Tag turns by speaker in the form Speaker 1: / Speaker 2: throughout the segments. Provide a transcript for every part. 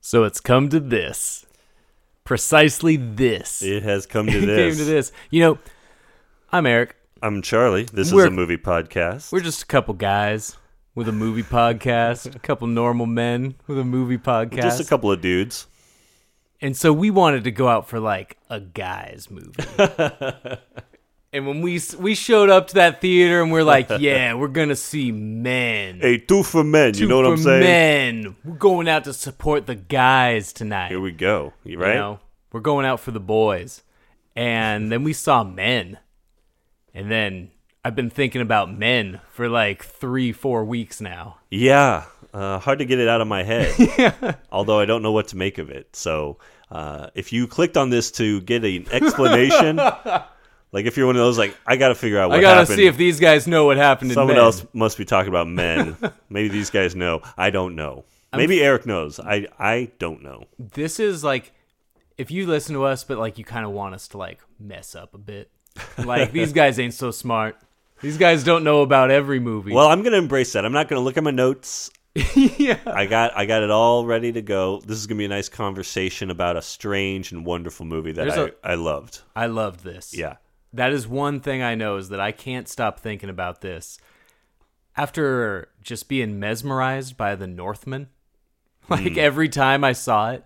Speaker 1: So it's come to this. Precisely this.
Speaker 2: It has come to
Speaker 1: It
Speaker 2: this.
Speaker 1: came to this. You know, I'm Eric.
Speaker 2: I'm Charlie. This
Speaker 1: We're-
Speaker 2: is a movie podcast.
Speaker 1: We're just a couple guys with a movie podcast, a couple normal men with a movie podcast.
Speaker 2: just a couple of dudes.
Speaker 1: And so we wanted to go out for like a guys movie. and when we s- we showed up to that theater and we're like, yeah, we're going to see men.
Speaker 2: Hey, two for men.
Speaker 1: Two
Speaker 2: you know what
Speaker 1: for
Speaker 2: I'm saying?
Speaker 1: Men. We're going out to support the guys tonight.
Speaker 2: Here we go. You right?
Speaker 1: You know, we're going out for the boys. And then we saw men. And then I've been thinking about men for like three, four weeks now.
Speaker 2: Yeah. Uh, hard to get it out of my head. Although I don't know what to make of it. So uh, if you clicked on this to get an explanation, like if you're one of those, like I got to figure out what
Speaker 1: I gotta
Speaker 2: happened.
Speaker 1: see if these guys know what happened to
Speaker 2: Someone
Speaker 1: men.
Speaker 2: else must be talking about men. Maybe these guys know. I don't know. Maybe Eric knows. I I don't know.
Speaker 1: This is like if you listen to us, but like you kind of want us to like mess up a bit. Like these guys ain't so smart. These guys don't know about every movie.
Speaker 2: Well, I'm gonna embrace that. I'm not gonna look at my notes.
Speaker 1: yeah.
Speaker 2: I got I got it all ready to go. This is gonna be a nice conversation about a strange and wonderful movie that
Speaker 1: There's
Speaker 2: I,
Speaker 1: a-
Speaker 2: I loved.
Speaker 1: I loved this.
Speaker 2: Yeah.
Speaker 1: That is one thing I know is that I can't stop thinking about this. After just being mesmerized by the Northman, like
Speaker 2: Mm.
Speaker 1: every time I saw it,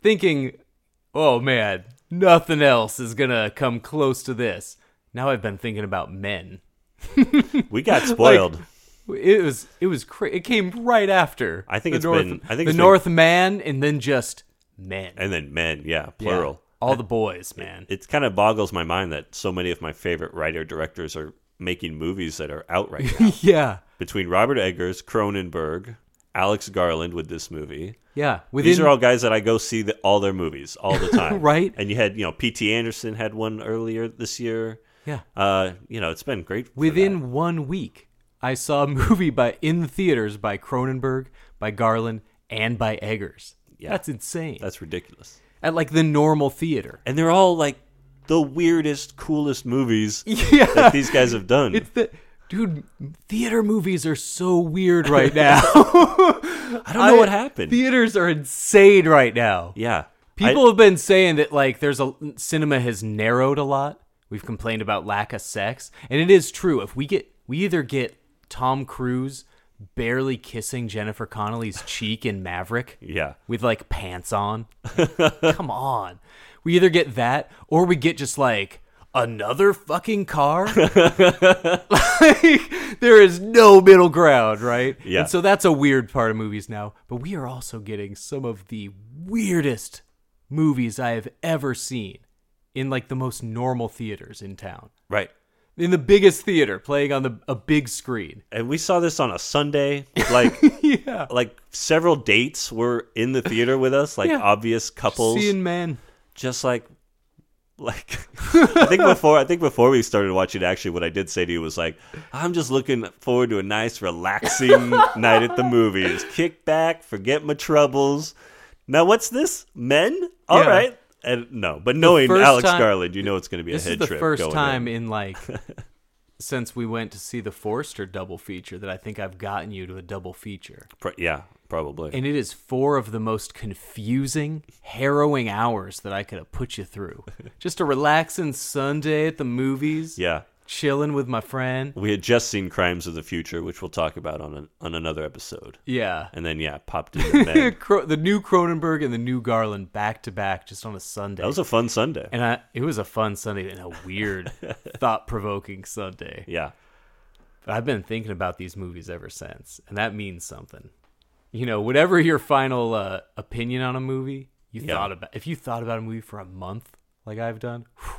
Speaker 1: thinking, oh man, nothing else is going to come close to this. Now I've been thinking about men.
Speaker 2: We got spoiled.
Speaker 1: It was it was cra- it came right after.
Speaker 2: I think
Speaker 1: the
Speaker 2: it's
Speaker 1: North,
Speaker 2: been- I think
Speaker 1: the
Speaker 2: it's been-
Speaker 1: Northman and then just men.
Speaker 2: and then men, yeah,
Speaker 1: Yeah.
Speaker 2: plural.
Speaker 1: all the boys, man.
Speaker 2: It kind of boggles my mind that so many of my favorite writer directors are making movies that are out right now.
Speaker 1: yeah.
Speaker 2: Between Robert Eggers, Cronenberg, Alex Garland with this movie.
Speaker 1: Yeah. Within
Speaker 2: These are all guys that I go see the, all their movies all the time.
Speaker 1: Right.
Speaker 2: And you had, you know, P.T. Anderson had one earlier this year.
Speaker 1: Yeah.
Speaker 2: Uh, you know, it's been great. for that.
Speaker 1: Within one week, I saw a movie by in theaters by Cronenberg, by Garland, and by Eggers.
Speaker 2: Yeah.
Speaker 1: That's insane.
Speaker 2: That's ridiculous.
Speaker 1: At like the normal theater.
Speaker 2: and they're all like the weirdest, coolest movies
Speaker 1: Yeah.
Speaker 2: that these guys have done.
Speaker 1: It's the dude, theater movies are so weird right now. I
Speaker 2: I don't know what happened.
Speaker 1: Theaters are insane right now.
Speaker 2: yeah,
Speaker 1: People have been saying that like there's a cinema has narrowed a lot. We've complained about lack of sex, and it is true. If we get we either get Tom Cruise barely kissing Jennifer Connelly's cheek in Maverick,
Speaker 2: I, yeah,
Speaker 1: with like pants on. Come on. We either get that or we get just like another fucking car. like there is no middle ground, right?
Speaker 2: Yeah.
Speaker 1: And so that's a weird part of movies now, but we are also getting some of the weirdest movies I have ever seen in like the most normal theaters in town.
Speaker 2: right.
Speaker 1: In the biggest theater playing on the a big screen.
Speaker 2: And we saw this on a Sunday. Like,
Speaker 1: Yeah.
Speaker 2: like several dates were in the theater with us. Like
Speaker 1: Yeah.
Speaker 2: obvious couples.
Speaker 1: Seeing man.
Speaker 2: just like, like I think before I think before we started watching, actually, what I did say to you was like, I'm just looking forward to a nice, relaxing night at the movies. Kick back, forget my troubles. Now, what's this? Men? All
Speaker 1: Yeah.
Speaker 2: right. And no, but knowing
Speaker 1: first
Speaker 2: Alex
Speaker 1: time-
Speaker 2: Garland, you know it's going to be
Speaker 1: this
Speaker 2: a head
Speaker 1: is the
Speaker 2: trip.
Speaker 1: first
Speaker 2: going
Speaker 1: time
Speaker 2: in.
Speaker 1: in like since we went to see the Forster double feature that I think I've gotten you to a double feature.
Speaker 2: Pro- yeah, probably.
Speaker 1: And it is four of the most confusing, harrowing hours that I could have put you through. Just a relaxing Sunday at the movies,
Speaker 2: yeah,
Speaker 1: chilling with my friend.
Speaker 2: we had just seen Crimes of the Future, which we'll talk about on an, on another episode.
Speaker 1: Yeah.
Speaker 2: And then yeah, popped in. Men.
Speaker 1: Cro- the new Cronenberg and the new Garland back to back just on a Sunday.
Speaker 2: that was a fun Sunday.
Speaker 1: and I, it was a fun Sunday and a weird, thought provoking Sunday.
Speaker 2: yeah.
Speaker 1: But I've been thinking about these movies ever since, and that means something. You know, whatever your final uh, opinion on a movie, you
Speaker 2: Yeah.
Speaker 1: thought about if you thought about a movie for a month, like I've done, whew,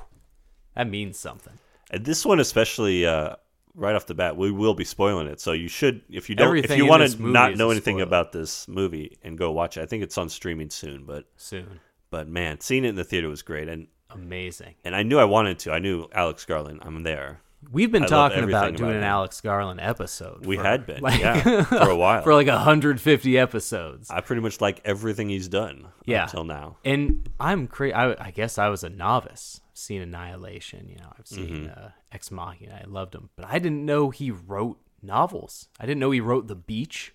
Speaker 1: that means something.
Speaker 2: And this one especially uh, right off the bat, we will be spoiling it. So you should, if you don't,
Speaker 1: Everything
Speaker 2: if you
Speaker 1: in
Speaker 2: want
Speaker 1: this
Speaker 2: to
Speaker 1: movie
Speaker 2: not
Speaker 1: is
Speaker 2: know
Speaker 1: a
Speaker 2: anything
Speaker 1: spoiler.
Speaker 2: about this movie and go watch it, I think it's on streaming soon. But
Speaker 1: soon.
Speaker 2: but man, seeing it in the theater was great, and
Speaker 1: Amazing.
Speaker 2: and I knew I wanted to. I knew Alex Garland. I'm there.
Speaker 1: We've been
Speaker 2: I love
Speaker 1: talking
Speaker 2: everything
Speaker 1: about doing
Speaker 2: about
Speaker 1: an
Speaker 2: it.
Speaker 1: Alex Garland episode.
Speaker 2: We
Speaker 1: for-
Speaker 2: had been,
Speaker 1: like-
Speaker 2: yeah, for a while.
Speaker 1: for like 150 episodes.
Speaker 2: I pretty much like everything he's done.
Speaker 1: yeah.
Speaker 2: until now.
Speaker 1: And I'm crazy. I, I guess I was a novice. I've seen Annihilation. You know, I've seen
Speaker 2: Mm-hmm.
Speaker 1: uh, Ex Machina. I loved him, but I didn't know he wrote novels. I didn't know he wrote The Beach.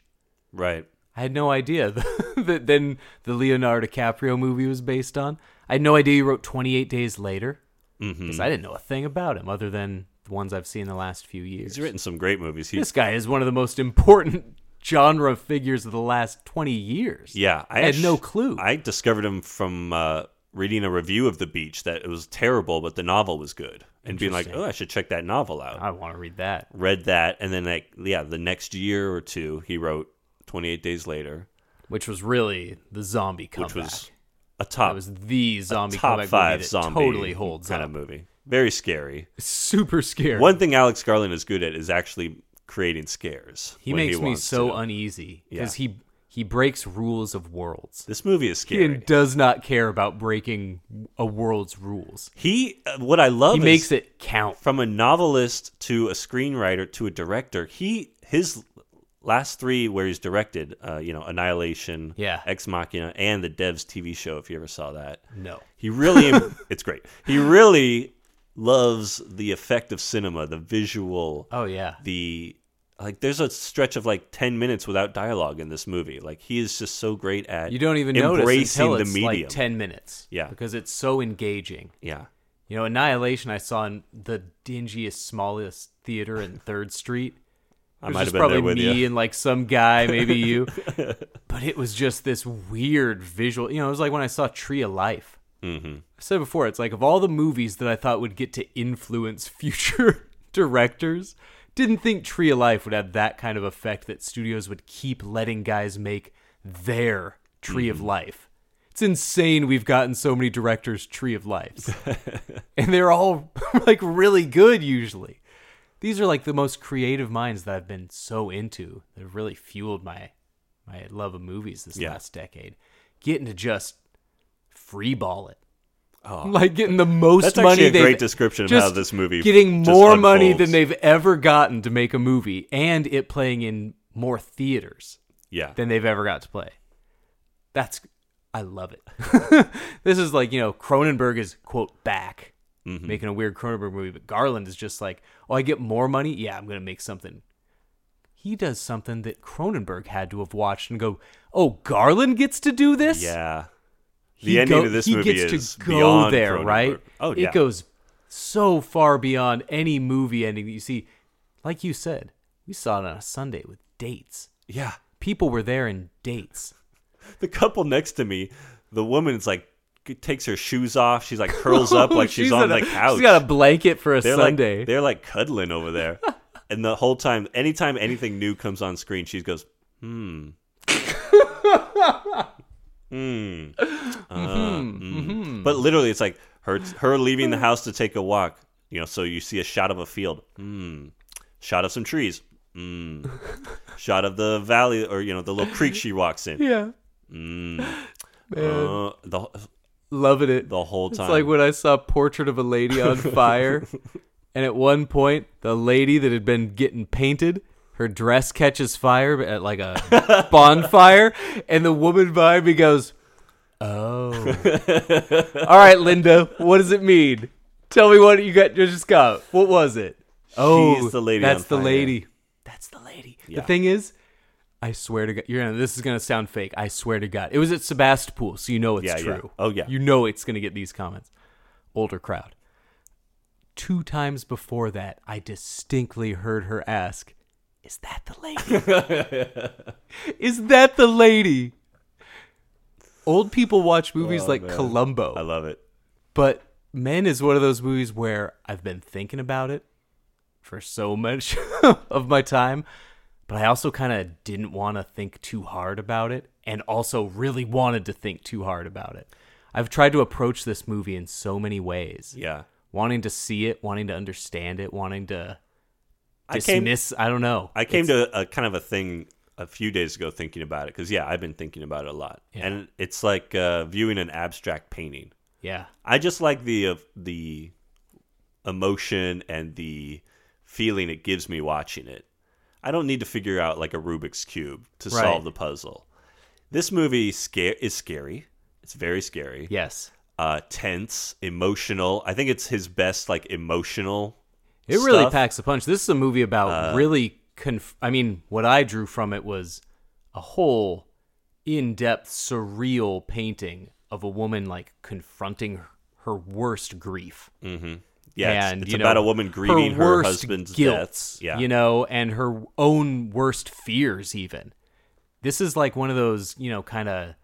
Speaker 2: Right.
Speaker 1: I had no idea that then the Leonardo DiCaprio movie was based on. I had no idea he wrote 28 Days Later because
Speaker 2: Mm-hmm.
Speaker 1: I didn't know a thing about him other than the ones I've seen the last few years.
Speaker 2: He's written some great movies. He's
Speaker 1: this guy is one of the most important genre figures of the last 20 years.
Speaker 2: Yeah,
Speaker 1: I, had
Speaker 2: actu-
Speaker 1: no clue.
Speaker 2: I discovered him from uh, reading a review of The Beach that it was terrible, but the novel was good, and being like, "Oh, I should check that novel out."
Speaker 1: I want to read that.
Speaker 2: Read that, and then like, yeah, the next year or two, he wrote Twenty Eight Days Later,
Speaker 1: which was really the zombie comeback.
Speaker 2: which was a top,
Speaker 1: that was the zombie
Speaker 2: top
Speaker 1: comeback
Speaker 2: five
Speaker 1: movie that
Speaker 2: zombie
Speaker 1: totally holds
Speaker 2: kind
Speaker 1: up.
Speaker 2: of movie. Very scary.
Speaker 1: Super scary.
Speaker 2: One thing Alex Garland is good at is actually creating scares.
Speaker 1: he
Speaker 2: when
Speaker 1: makes me
Speaker 2: wants
Speaker 1: so
Speaker 2: to.
Speaker 1: uneasy because
Speaker 2: Yeah.
Speaker 1: he he breaks rules of worlds.
Speaker 2: This movie is
Speaker 1: He
Speaker 2: scary.
Speaker 1: does not care about breaking a world's rules.
Speaker 2: He, uh, what I love,
Speaker 1: He
Speaker 2: is
Speaker 1: makes it count.
Speaker 2: from a novelist to a screenwriter to a director. He his last three where he's directed, uh, you know, Annihilation,
Speaker 1: Yeah.
Speaker 2: Ex Machina, and the Devs TV show. If you ever saw that,
Speaker 1: No.
Speaker 2: he really, it's great. He really loves the effect of cinema, the visual,
Speaker 1: Oh yeah.
Speaker 2: the like. There's a stretch of like ten minutes without dialogue in this movie. Like he is just so great at
Speaker 1: You don't even notice
Speaker 2: embracing
Speaker 1: until
Speaker 2: the
Speaker 1: it's
Speaker 2: medium.
Speaker 1: like ten minutes.
Speaker 2: Yeah.
Speaker 1: Because it's so engaging.
Speaker 2: yeah.
Speaker 1: You know, Annihilation I saw in the dingiest, smallest theater in Third Street.
Speaker 2: I
Speaker 1: It was
Speaker 2: might have
Speaker 1: just
Speaker 2: been
Speaker 1: probably
Speaker 2: there with
Speaker 1: me
Speaker 2: you.
Speaker 1: and like some guy, maybe you. but it was just this weird visual. You know, it was like when I saw Tree of Life. Mm-hmm. I said before, it's like of all the movies that I thought would get to influence future directors, didn't think Tree of Life would have that kind of effect that studios would keep letting guys make their Tree
Speaker 2: Mm-hmm.
Speaker 1: of Life. It's insane we've gotten so many directors Tree of Lives. and they're all like really good usually these are like the most creative minds that I've been so into that have really fueled my my love of movies this
Speaker 2: Yeah.
Speaker 1: last decade. Getting to just freeball it.
Speaker 2: Oh.
Speaker 1: like getting the most
Speaker 2: That's
Speaker 1: money.
Speaker 2: actually a
Speaker 1: they've-
Speaker 2: great description of how
Speaker 1: just
Speaker 2: this movie
Speaker 1: getting
Speaker 2: just
Speaker 1: more money
Speaker 2: unfolds.
Speaker 1: than they've ever gotten to make a movie, and it playing in more theaters
Speaker 2: yeah.
Speaker 1: than they've ever got to play. That's I love it. this is like you know Cronenberg is quote back
Speaker 2: Mm-hmm.
Speaker 1: making a weird Cronenberg movie, but Garland is just like, oh, I get more money. Yeah, I'm gonna make something. He does something that Cronenberg had to have watched and go, oh, Garland gets to do this.
Speaker 2: Yeah. The
Speaker 1: He
Speaker 2: ending
Speaker 1: go-
Speaker 2: of this
Speaker 1: he
Speaker 2: movie
Speaker 1: gets
Speaker 2: is
Speaker 1: to go
Speaker 2: beyond
Speaker 1: there,
Speaker 2: Cronenberg.
Speaker 1: right?
Speaker 2: Oh yeah.
Speaker 1: it goes so far beyond any movie ending that you see. Like you said, we saw it on a Sunday with dates.
Speaker 2: Yeah.
Speaker 1: People were there in dates.
Speaker 2: The couple next to me, the woman's like g- takes her shoes off. She's like curls up like she's, on
Speaker 1: in a-
Speaker 2: the couch.
Speaker 1: She's got a blanket for a
Speaker 2: they're
Speaker 1: Sunday.
Speaker 2: like they're like cuddling over there. and the whole time, anytime anything new comes on screen, she goes, "Hmm." Hmm.
Speaker 1: Mm-hmm.
Speaker 2: Uh, hmm. But literally, it's like her her leaving the house to take a walk. You know, so you see a shot of a field. Hmm. Shot of some trees. Hmm. Shot of the valley, or you know, the little creek she walks in.
Speaker 1: yeah,
Speaker 2: Uh, the
Speaker 1: loving it.
Speaker 2: the whole
Speaker 1: it's
Speaker 2: time.
Speaker 1: like when I saw Portrait of a Lady on Fire, and at one point, the lady that had been getting painted, her dress catches fire at like a bonfire, and the woman behind me goes, "Oh, all right, Linda, what does it mean? Tell me what you got. You just got. What was it? Oh,
Speaker 2: She's the lady
Speaker 1: That's
Speaker 2: on
Speaker 1: the
Speaker 2: fire.
Speaker 1: lady. That's the lady.
Speaker 2: Yeah.
Speaker 1: The thing is, I swear to God, you're gonna. This is gonna sound fake. I swear to God, it was at Sebastopol, so you know it's
Speaker 2: Yeah, yeah.
Speaker 1: true.
Speaker 2: Oh, yeah.
Speaker 1: you know it's gonna get these comments. Older crowd. Two times before that, I distinctly heard her ask, "Is that the lady? is that the lady?" Old people watch movies like Columbo
Speaker 2: Oh, I love it.
Speaker 1: but Men is one of those movies where I've been thinking about it for so much of my time, but I also kind of didn't want to think too hard about it and also really wanted to think too hard about it. I've tried to approach this movie in so many ways.
Speaker 2: Yeah.
Speaker 1: Wanting to see it, wanting to understand it, wanting to
Speaker 2: I came,
Speaker 1: dismiss. I don't know.
Speaker 2: I came to a kind of a thing a few days ago thinking about it because yeah, I've been thinking about it a lot, and it's like uh, viewing an abstract painting.
Speaker 1: yeah,
Speaker 2: I just like the of the emotion and the feeling it gives me watching it. I don't need to figure out like a Rubik's cube to
Speaker 1: Right.
Speaker 2: solve the puzzle. This movie scare is scary. It's very scary.
Speaker 1: yes.
Speaker 2: Uh, tense, emotional. I think it's his best like emotional.
Speaker 1: It really
Speaker 2: stuff. Uh,
Speaker 1: packs a punch. This is a movie about really. Conf- I mean, what I drew from it was a whole in-depth, surreal painting of a woman like confronting her, her worst grief.
Speaker 2: Mm-hmm. Yeah, it's-
Speaker 1: and
Speaker 2: it's,
Speaker 1: you know,
Speaker 2: about a woman grieving her,
Speaker 1: worst
Speaker 2: husband's
Speaker 1: guilt,
Speaker 2: death. Yeah,
Speaker 1: you know, and her own worst fears. Even this is like one of those, you know, kind of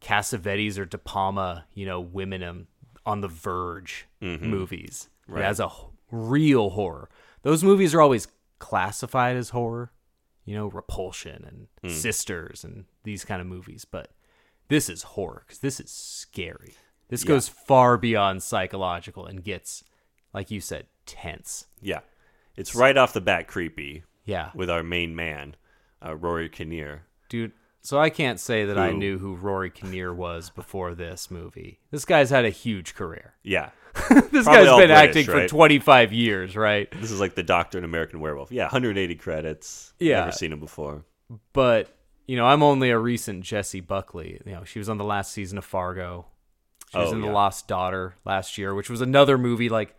Speaker 1: Cassavetes or De Palma, you know, women um, on the verge
Speaker 2: Mm-hmm.
Speaker 1: movies. Right. It has a h- real horror. Those movies are always classified as horror, you know, Repulsion
Speaker 2: Hmm.
Speaker 1: and Sisters and these kind of movies, but this is horror because this is scary. This goes far beyond psychological and gets, like you said, tense.
Speaker 2: yeah. It's right off the bat creepy
Speaker 1: Yeah,
Speaker 2: with our main man, uh, Rory Kinnear.
Speaker 1: dude. So I can't say that I
Speaker 2: Who-
Speaker 1: knew who Rory Kinnear was before this movie. This guy's had a huge career.
Speaker 2: Yeah,
Speaker 1: This
Speaker 2: Probably
Speaker 1: guy's
Speaker 2: all
Speaker 1: been
Speaker 2: British,
Speaker 1: acting for
Speaker 2: right?
Speaker 1: 25 years, right?
Speaker 2: This is like the Doctor and American Werewolf. Yeah, 180 credits.
Speaker 1: Yeah.
Speaker 2: Never seen him before.
Speaker 1: But, you know, I'm only a recent Jessie Buckley. You know, she was on the last season of Fargo. She was
Speaker 2: Oh,
Speaker 1: in The
Speaker 2: yeah.
Speaker 1: Lost Daughter last year, which was another movie like,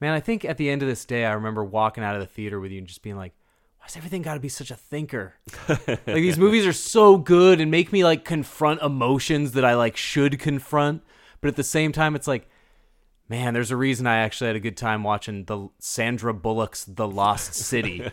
Speaker 1: man, I think at the end of this day I remember walking out of the theater with you and just being like, why's everything got to be such a thinker? like these movies are so good and make me like confront emotions that I like should confront, but at the same time it's like Man, there's a reason I actually had a good time watching the Sandra Bullock's The Lost City.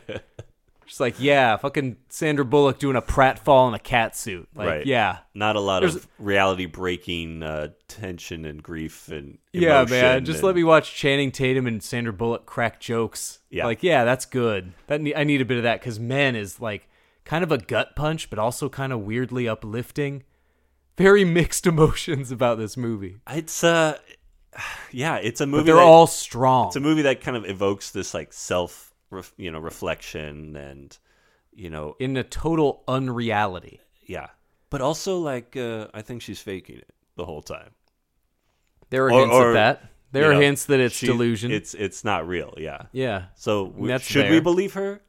Speaker 1: Just like, yeah, fucking Sandra Bullock doing a pratfall in a cat suit. Like,
Speaker 2: Right.
Speaker 1: yeah.
Speaker 2: Not a lot
Speaker 1: There's-
Speaker 2: of reality breaking uh, tension and grief and
Speaker 1: Yeah,
Speaker 2: emotion
Speaker 1: man. Just
Speaker 2: and-
Speaker 1: let me watch Channing Tatum and Sandra Bullock crack jokes.
Speaker 2: Yeah.
Speaker 1: Like, yeah, that's good. That ne- I need a bit of that because men is like kind of a gut punch, but also kind of weirdly uplifting. Very mixed emotions about this movie.
Speaker 2: It's uh, yeah, it's a movie.
Speaker 1: But they're
Speaker 2: that-
Speaker 1: all strong.
Speaker 2: It's a movie that kind of evokes this like self, ref, you know, reflection and you know,
Speaker 1: in a total unreality.
Speaker 2: yeah. But also like, uh, I think she's faking it the whole time.
Speaker 1: There are
Speaker 2: Or-
Speaker 1: hints
Speaker 2: or,
Speaker 1: at that. There
Speaker 2: you
Speaker 1: are
Speaker 2: know,
Speaker 1: hints that it's
Speaker 2: she-
Speaker 1: delusion.
Speaker 2: It's it's not real. Yeah.
Speaker 1: yeah.
Speaker 2: So w-
Speaker 1: That's
Speaker 2: should we
Speaker 1: there.
Speaker 2: believe her?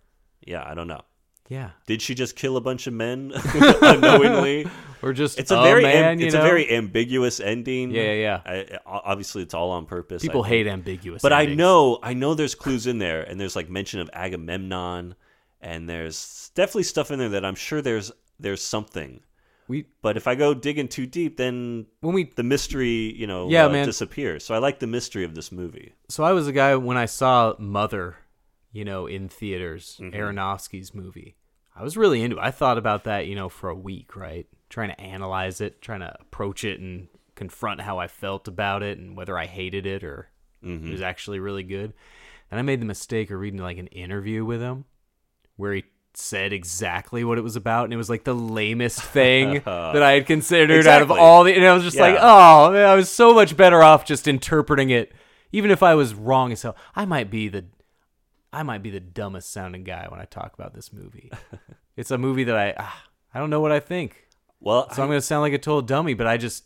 Speaker 2: Yeah, I don't know.
Speaker 1: Yeah.
Speaker 2: Did she just kill a bunch of men unknowingly?
Speaker 1: Or just
Speaker 2: It's a
Speaker 1: "Oh,
Speaker 2: very
Speaker 1: man,
Speaker 2: am-
Speaker 1: you
Speaker 2: it's
Speaker 1: know?
Speaker 2: a very ambiguous ending.
Speaker 1: Yeah, yeah, yeah.
Speaker 2: I, I- obviously, it's all on purpose.
Speaker 1: people
Speaker 2: I think.
Speaker 1: hate ambiguous.
Speaker 2: But I
Speaker 1: endings.
Speaker 2: know I know there's clues in there, and there's like mention of Agamemnon, and there's definitely stuff in there that I'm sure there's there's something.
Speaker 1: we
Speaker 2: But if I go digging too deep, then
Speaker 1: when we
Speaker 2: the mystery, you know,
Speaker 1: Yeah,
Speaker 2: uh,
Speaker 1: man.
Speaker 2: disappears. So I like the mystery of this movie.
Speaker 1: so I was a guy when I saw Mother, you know, in theaters, Aronofsky's movie. I was really into it. I thought about that, you know, for a week, right? Trying to analyze it, trying to approach it and confront how I felt about it and whether I hated it or it was actually really good. And I made the mistake of reading like an interview with him where he said exactly what it was about and it was like the lamest thing that I had considered out
Speaker 2: Exactly.
Speaker 1: of all the and I was just like,
Speaker 2: Yeah.
Speaker 1: "Oh, man, I was so much better off just interpreting it even if I was wrong as hell. I might be the I might be the dumbest sounding guy when I talk about this movie. it's a movie that I ah, I don't know what I think.
Speaker 2: Well,
Speaker 1: So
Speaker 2: I-
Speaker 1: I'm going to sound like a total dummy, but I just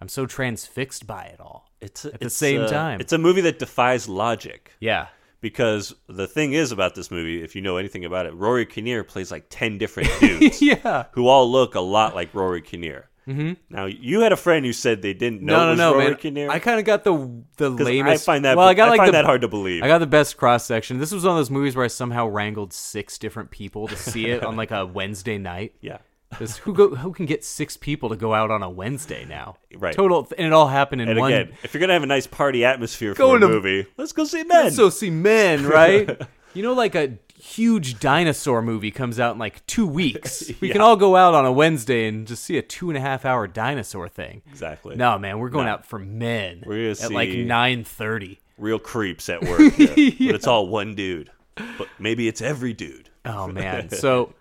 Speaker 1: I'm so transfixed by it all.
Speaker 2: it's a-
Speaker 1: at the
Speaker 2: it's
Speaker 1: same
Speaker 2: a-
Speaker 1: time.
Speaker 2: it's a movie that defies logic.
Speaker 1: Yeah.
Speaker 2: because the thing is about this movie, if you know anything about it, Rory Kinnear plays like ten different dudes
Speaker 1: Yeah.
Speaker 2: who all look a lot like Rory Kinnear. Mm-hmm. Now you had a friend who said they didn't know it
Speaker 1: No, no,
Speaker 2: was
Speaker 1: no,
Speaker 2: Rory
Speaker 1: man.
Speaker 2: Kinnear.
Speaker 1: I kind of got the the
Speaker 2: 'Cause
Speaker 1: lamest.
Speaker 2: I find that
Speaker 1: well, I got like
Speaker 2: find
Speaker 1: the,
Speaker 2: that hard to believe.
Speaker 1: I got the best cross section. This was one of those movies where I somehow wrangled six different people to see it on like a Wednesday night.
Speaker 2: yeah,
Speaker 1: This- who go, who can get six people to go out on a Wednesday now?
Speaker 2: Right.
Speaker 1: Total, and it all happened in
Speaker 2: and
Speaker 1: one.
Speaker 2: again, if you're gonna have a nice party atmosphere for
Speaker 1: Going
Speaker 2: a
Speaker 1: to-
Speaker 2: movie, let's go see men.
Speaker 1: Let's go see men, right? you know, like a huge dinosaur movie comes out in like two weeks. We can all go out on a Wednesday and just see a two and a half hour dinosaur thing.
Speaker 2: Exactly.
Speaker 1: No, man, we're going out for men
Speaker 2: We're gonna
Speaker 1: at like
Speaker 2: see-
Speaker 1: nine thirty.
Speaker 2: Real creeps at work, yeah. but it's all one dude. But maybe it's every dude.
Speaker 1: Oh man. So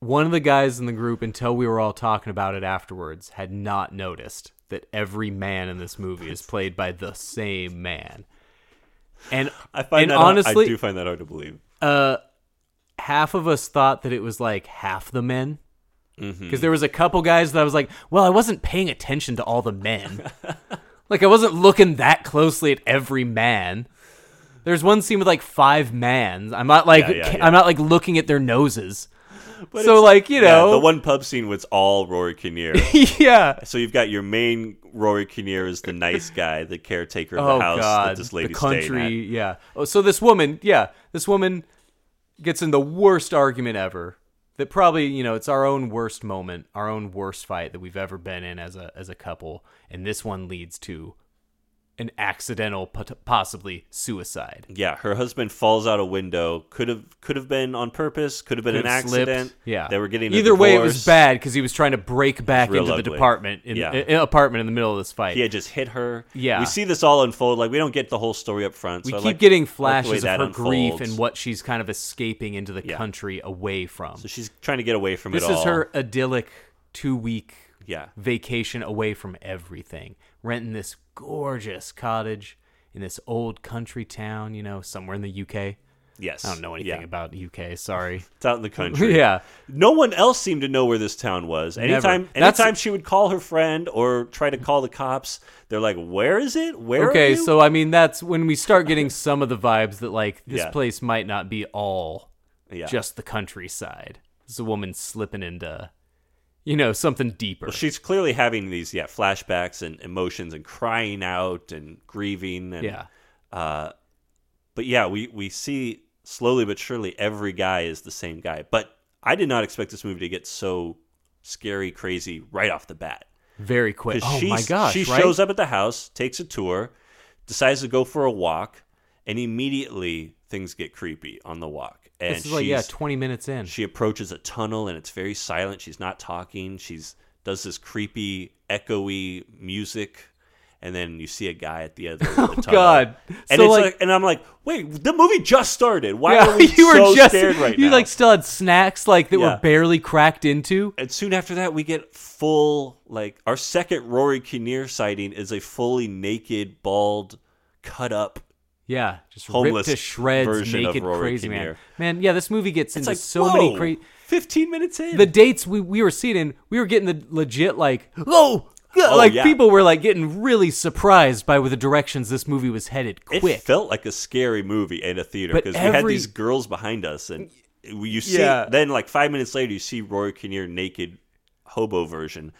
Speaker 1: one of the guys in the group until we were all talking about it afterwards had not noticed that every man in this movie is played by the same man. And
Speaker 2: I find
Speaker 1: and
Speaker 2: that hard-
Speaker 1: honestly
Speaker 2: I do find that hard to believe.
Speaker 1: uh, half of us thought that it was like half the men. Because
Speaker 2: Mm-hmm.
Speaker 1: there was a couple guys that I was like, well, I wasn't paying attention to all the men. like, I wasn't looking that closely at every man. There's one scene with like five mans. I'm not like
Speaker 2: Yeah, yeah,
Speaker 1: ca-
Speaker 2: yeah.
Speaker 1: I'm not like looking at their noses. so
Speaker 2: it's-
Speaker 1: like you
Speaker 2: Yeah,
Speaker 1: know,
Speaker 2: the one pub scene was all Rory Kinnear.
Speaker 1: yeah.
Speaker 2: so you've got your main Rory Kinnear is the nice guy, the caretaker of
Speaker 1: Oh
Speaker 2: the house
Speaker 1: God,
Speaker 2: that this lady's
Speaker 1: the
Speaker 2: staying
Speaker 1: country,
Speaker 2: at.
Speaker 1: yeah. Oh, so this woman, yeah, this woman gets in the worst argument ever. That probably, you know, it's our own worst moment, our own worst fight that we've ever been in as a as a couple, and this one leads to an accidental, pot- possibly suicide.
Speaker 2: Yeah, her husband falls out a window. Could have could have been on purpose. Could have been
Speaker 1: Could
Speaker 2: an
Speaker 1: have slipped.
Speaker 2: accident.
Speaker 1: Yeah,
Speaker 2: they were getting a
Speaker 1: either way. It was
Speaker 2: divorce.
Speaker 1: bad because he was trying to break back
Speaker 2: real
Speaker 1: into the
Speaker 2: ugly.
Speaker 1: department in,
Speaker 2: Yeah.
Speaker 1: in- apartment in the middle of this fight.
Speaker 2: He had just hit her.
Speaker 1: Yeah.
Speaker 2: we see this all unfold. Like we don't get the whole story up front.
Speaker 1: we
Speaker 2: so I
Speaker 1: keep
Speaker 2: like-
Speaker 1: getting
Speaker 2: like the way
Speaker 1: flashes of
Speaker 2: that
Speaker 1: her grief
Speaker 2: unfolds.
Speaker 1: and what she's kind of escaping into the
Speaker 2: Yeah.
Speaker 1: country away from.
Speaker 2: So she's trying to get away from
Speaker 1: this
Speaker 2: it all.
Speaker 1: is her idyllic two week
Speaker 2: Yeah.
Speaker 1: vacation away from everything, renting this gorgeous cottage in this old country town, you know, somewhere in the UK. I
Speaker 2: Yes.
Speaker 1: don't know anything
Speaker 2: Yeah.
Speaker 1: about UK, sorry.
Speaker 2: It's out in the country.
Speaker 1: Yeah.
Speaker 2: No one else seemed to know where this town was. Anytime,
Speaker 1: That's-
Speaker 2: anytime she would call her friend or try to call the cops, they're like, "Where is it? Where?" are
Speaker 1: okay,
Speaker 2: you?"
Speaker 1: so I mean that's when we start getting some of the vibes that like this
Speaker 2: Yeah.
Speaker 1: place might not be all
Speaker 2: yeah.
Speaker 1: just the countryside. This is a woman slipping into you know, something deeper.
Speaker 2: Well, she's clearly having these yeah flashbacks and emotions and crying out and grieving and
Speaker 1: yeah.
Speaker 2: Uh, but yeah, we we see slowly but surely every guy is the same guy. But I did not expect this movie to get so scary, crazy right off the bat.
Speaker 1: Very quick.
Speaker 2: 'Cause
Speaker 1: Oh
Speaker 2: she-
Speaker 1: my gosh.
Speaker 2: She
Speaker 1: right?
Speaker 2: shows up at the house, takes a tour, decides to go for a walk, and immediately things get creepy on the walk. And
Speaker 1: This is like yeah,
Speaker 2: she's-
Speaker 1: twenty minutes in.
Speaker 2: she approaches a tunnel and it's very silent. She's not talking. She's does this creepy, echoey music. And then you see a guy at the other end of the tunnel.
Speaker 1: Oh, God.
Speaker 2: And
Speaker 1: So,
Speaker 2: it's
Speaker 1: like-
Speaker 2: like, and I'm like, wait, the movie just started. Why
Speaker 1: Yeah,
Speaker 2: are we
Speaker 1: you were
Speaker 2: so
Speaker 1: just
Speaker 2: scared right
Speaker 1: you
Speaker 2: now?
Speaker 1: like still had snacks like that
Speaker 2: Yeah.
Speaker 1: were barely cracked into.
Speaker 2: and soon after that, we get full like our second Rory Kinnear sighting is a fully naked, bald, cut up.
Speaker 1: Yeah, just ripped
Speaker 2: Homeless
Speaker 1: to shreds,
Speaker 2: version of
Speaker 1: naked
Speaker 2: Rory
Speaker 1: crazy
Speaker 2: Kinnear.
Speaker 1: man. Man, yeah, this movie gets
Speaker 2: It's
Speaker 1: into
Speaker 2: like
Speaker 1: so many
Speaker 2: whoa,
Speaker 1: crazy.
Speaker 2: Fifteen minutes in,
Speaker 1: The dates we, we were seeing, in, we were getting the legit like oh, like
Speaker 2: yeah.
Speaker 1: people were like getting really surprised by the directions this movie was headed.
Speaker 2: it
Speaker 1: Quick,
Speaker 2: felt like a scary movie in a theater
Speaker 1: But
Speaker 2: because we had
Speaker 1: every-
Speaker 2: these girls behind us, and we- you see
Speaker 1: Yeah.
Speaker 2: then like five minutes later, you see Rory Kinnear naked hobo version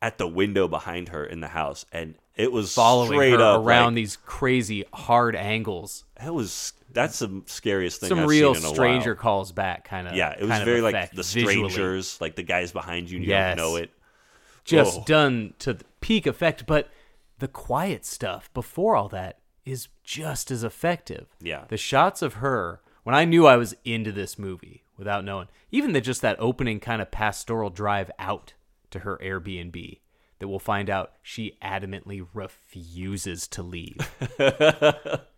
Speaker 2: at the window behind her in the house, and it was
Speaker 1: following
Speaker 2: straight
Speaker 1: her
Speaker 2: up
Speaker 1: around
Speaker 2: like,
Speaker 1: these crazy hard angles.
Speaker 2: That was that's the scariest thing.
Speaker 1: Some
Speaker 2: I've
Speaker 1: real
Speaker 2: seen in a
Speaker 1: stranger
Speaker 2: While.
Speaker 1: calls back kind of.
Speaker 2: Yeah, it was
Speaker 1: uh, kind of
Speaker 2: very like
Speaker 1: effect
Speaker 2: the
Speaker 1: visually.
Speaker 2: strangers, like the guys behind you, and you
Speaker 1: Yes.
Speaker 2: don't know it.
Speaker 1: just
Speaker 2: Whoa.
Speaker 1: done to the peak effect, but the quiet stuff before all that is just as effective.
Speaker 2: Yeah.
Speaker 1: The shots of her, when I knew I was into this movie without knowing, even the, just that opening kind of pastoral drive out to her Airbnb that we'll find out she adamantly refuses to leave.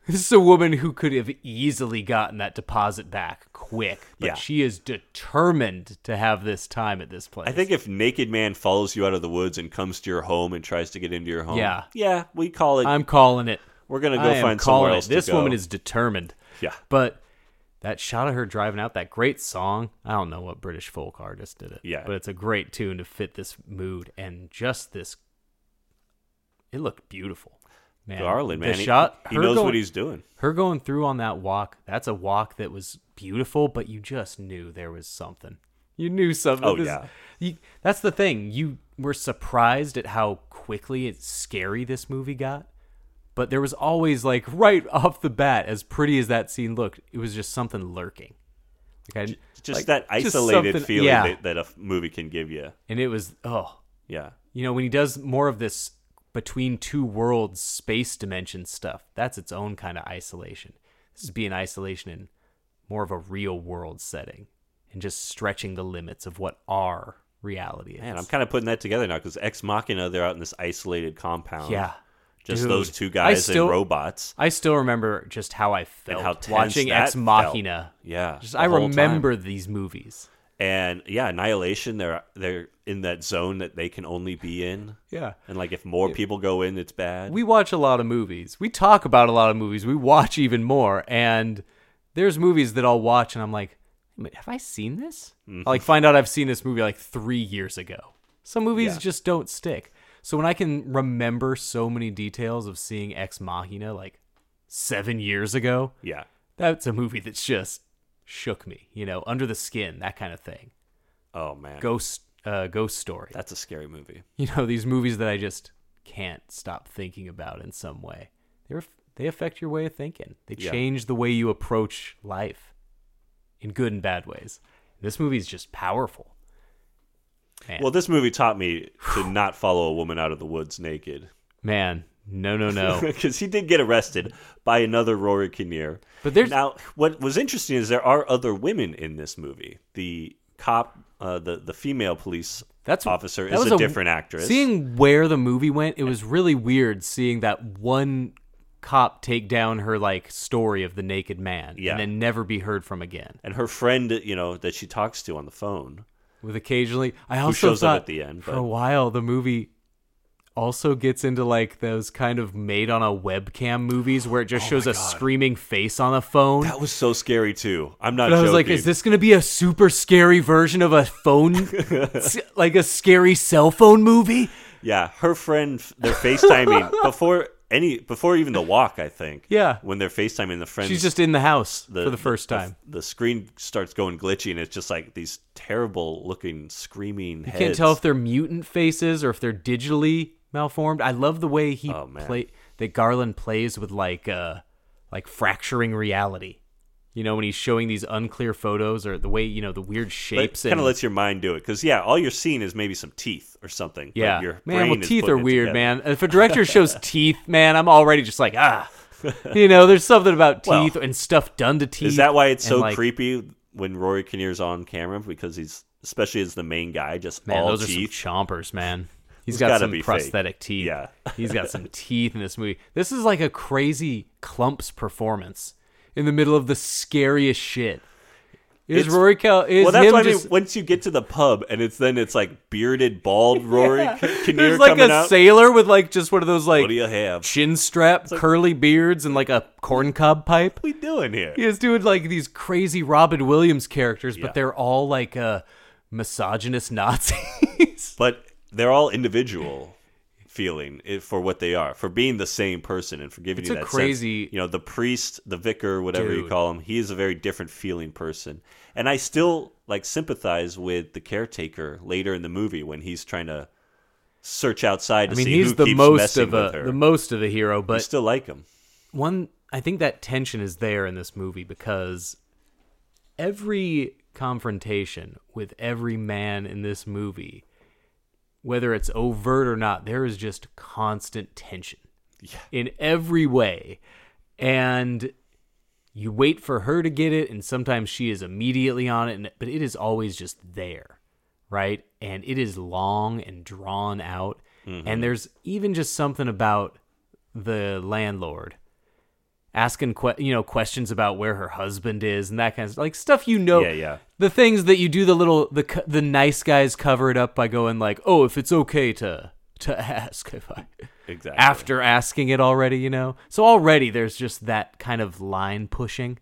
Speaker 1: this is a woman who could have easily gotten that deposit back quick, but
Speaker 2: Yeah.
Speaker 1: she is determined to have this time at this place.
Speaker 2: I think if Naked Man follows you out of the woods and comes to your home and tries to get into your home,
Speaker 1: Yeah.
Speaker 2: yeah, we call it.
Speaker 1: I'm calling it.
Speaker 2: we're gonna
Speaker 1: I
Speaker 2: go
Speaker 1: am
Speaker 2: find
Speaker 1: calling
Speaker 2: somewhere
Speaker 1: it.
Speaker 2: else. to
Speaker 1: This
Speaker 2: go.
Speaker 1: woman is determined.
Speaker 2: yeah.
Speaker 1: But that shot of her driving out, that great song. I don't know what British folk artist did it.
Speaker 2: Yeah.
Speaker 1: But it's a great tune to fit this mood and just this. It looked beautiful, man.
Speaker 2: Garland, man.
Speaker 1: The
Speaker 2: he-
Speaker 1: shot.
Speaker 2: He,
Speaker 1: her
Speaker 2: knows
Speaker 1: going-
Speaker 2: what he's doing.
Speaker 1: Her going through on that walk. That's a walk that was beautiful, but you just knew there was something. You knew something.
Speaker 2: Oh,
Speaker 1: This-
Speaker 2: yeah.
Speaker 1: you- that's the thing. You were surprised at how quickly it's scary this movie got, but there was always like right off the bat, as pretty as that scene looked, it was just something lurking. Like I,
Speaker 2: Just
Speaker 1: like,
Speaker 2: that
Speaker 1: just
Speaker 2: isolated
Speaker 1: something-
Speaker 2: feeling
Speaker 1: yeah.
Speaker 2: that, that a f- movie can give you.
Speaker 1: and it was oh,
Speaker 2: Yeah.
Speaker 1: you know, when he does more of this between two worlds space dimension stuff, that's its own kind of isolation. This is being isolation in more of a real world setting and just stretching the limits of what our reality is.
Speaker 2: Man, I'm kind of putting that together now because Ex Machina, they're out in this isolated compound.
Speaker 1: yeah.
Speaker 2: Just
Speaker 1: Dude,
Speaker 2: those two
Speaker 1: I
Speaker 2: guys
Speaker 1: still-
Speaker 2: and robots.
Speaker 1: I still remember just how I felt
Speaker 2: how tense
Speaker 1: watching
Speaker 2: that
Speaker 1: Ex Machina.
Speaker 2: felt. Yeah,
Speaker 1: Just
Speaker 2: the
Speaker 1: I
Speaker 2: whole time.
Speaker 1: remember these movies.
Speaker 2: And yeah, Annihilation, they're they're in that zone that they can only be in.
Speaker 1: Yeah.
Speaker 2: And like if more people go in, it's bad.
Speaker 1: We watch a lot of movies. We talk about a lot of movies. We watch even more and there's movies that I'll watch and I'm like, "Wait, have I seen this? I like find out I've seen this movie like three years ago. Some movies
Speaker 2: Yeah.
Speaker 1: just don't stick. So when I can remember so many details of seeing Ex Machina like seven years ago,
Speaker 2: Yeah.
Speaker 1: that's a movie that's just shook me. You know, under the skin, that kind of thing.
Speaker 2: Oh man.
Speaker 1: Ghost, uh, ghost story.
Speaker 2: That's a scary movie.
Speaker 1: you know, these movies that I just can't stop thinking about in some way. They're they affect your way of thinking. They
Speaker 2: Yeah.
Speaker 1: change the way you approach life in good and bad ways. This movie is just powerful. Man,
Speaker 2: Well, this movie taught me to not follow a woman out of the woods naked.
Speaker 1: man, no, no, no.
Speaker 2: Because he did get arrested by another Rory Kinnear.
Speaker 1: But there's-
Speaker 2: now what was interesting is there are other women in this movie. The cop, uh, the the female police
Speaker 1: That's
Speaker 2: officer
Speaker 1: that
Speaker 2: is
Speaker 1: was
Speaker 2: a, different actress.
Speaker 1: Seeing where the movie went, it was really weird seeing that one cop take down her like story of the naked man
Speaker 2: Yeah.
Speaker 1: and then never be heard from again.
Speaker 2: and her friend, you know, that she talks to on the phone.
Speaker 1: with occasionally I also
Speaker 2: shows up
Speaker 1: thought
Speaker 2: at the end,
Speaker 1: for
Speaker 2: but-
Speaker 1: a while the movie also gets into like those kind of made on a webcam movies where it just shows a screaming face on a phone.
Speaker 2: Oh That was so scary too. I'm not.
Speaker 1: but I was like,
Speaker 2: joking.
Speaker 1: is this going to be a super scary version of a phone, s- like a scary cell phone movie?
Speaker 2: Yeah, her friend, they're FaceTiming before any, before even the walk. I think.
Speaker 1: Yeah.
Speaker 2: when they're FaceTiming the friend,
Speaker 1: She's just in the house for the first time.
Speaker 2: The, screen starts going glitchy, and it's just like these terrible looking screaming.
Speaker 1: You can't tell if they're mutant faces or if they're digitally malformed. I love the way he
Speaker 2: Oh, man.
Speaker 1: play that Garland plays with like uh like fracturing reality. You know, when he's showing these unclear photos or the way, you know, the weird shapes
Speaker 2: Kind
Speaker 1: and
Speaker 2: of lets your mind do it because yeah, all you're seeing is maybe some teeth or something. but
Speaker 1: yeah,
Speaker 2: your
Speaker 1: man. Well,
Speaker 2: brain is
Speaker 1: teeth
Speaker 2: putting
Speaker 1: are
Speaker 2: it
Speaker 1: weird,
Speaker 2: together.
Speaker 1: man. If a director shows teeth, man, I'm already just like ah, you know, there's something about
Speaker 2: Well,
Speaker 1: teeth and stuff done to teeth.
Speaker 2: Is that why it's
Speaker 1: and,
Speaker 2: so
Speaker 1: like,
Speaker 2: creepy when Rory Kinnear's on camera because he's especially as the main guy just
Speaker 1: Man,
Speaker 2: all
Speaker 1: those
Speaker 2: teeth.
Speaker 1: are some chompers, man. He's
Speaker 2: Those
Speaker 1: got
Speaker 2: gotta
Speaker 1: some
Speaker 2: be fake.
Speaker 1: prosthetic teeth.
Speaker 2: Yeah.
Speaker 1: He's got some teeth in this movie. This is like a crazy clumps performance in the middle of the scariest shit. Is
Speaker 2: It's-
Speaker 1: Rory Cal is
Speaker 2: well, that's
Speaker 1: him
Speaker 2: why I mean,
Speaker 1: just,
Speaker 2: once you get to the pub and it's then it's like bearded, bald Rory K- Kinnear
Speaker 1: there's like
Speaker 2: coming
Speaker 1: a
Speaker 2: out.
Speaker 1: sailor with like just one of those
Speaker 2: what
Speaker 1: like
Speaker 2: do you have?
Speaker 1: chin strap, curly beards, and like a corncob pipe.
Speaker 2: What are we doing here?
Speaker 1: He is doing like these crazy Robin Williams characters,
Speaker 2: Yeah.
Speaker 1: but they're all like uh misogynist Nazis.
Speaker 2: But they're all individual feeling it for what they are, for being the same person and for giving
Speaker 1: It's
Speaker 2: you
Speaker 1: a
Speaker 2: that sense.
Speaker 1: crazy-
Speaker 2: You know, the priest, the vicar, whatever you
Speaker 1: Dude.
Speaker 2: call him, he is a very different feeling person. And I still like sympathize with the caretaker later in the movie when he's trying to search outside to
Speaker 1: I mean,
Speaker 2: see
Speaker 1: he's
Speaker 2: who
Speaker 1: the
Speaker 2: keeps
Speaker 1: most
Speaker 2: messing
Speaker 1: of
Speaker 2: with
Speaker 1: a
Speaker 2: her.
Speaker 1: the most of a hero,
Speaker 2: you
Speaker 1: but
Speaker 2: still like him.
Speaker 1: one I think that tension is there in this movie because every confrontation with every man in this movie, whether it's overt or not, there is just constant tension in every way. And you wait for her to get it, and sometimes she is immediately on it, and, but it is always just there, right? And it is long and drawn out.
Speaker 2: Mm-hmm.
Speaker 1: And there's even just something about the landlord asking que- you know questions about where her husband is and that kind of like stuff you know
Speaker 2: Yeah, yeah.
Speaker 1: the things that you do the little the co- the nice guys cover it up by going like oh if it's okay to to ask if i
Speaker 2: Exactly.
Speaker 1: after asking it already, you know? So already there's just that kind of line pushing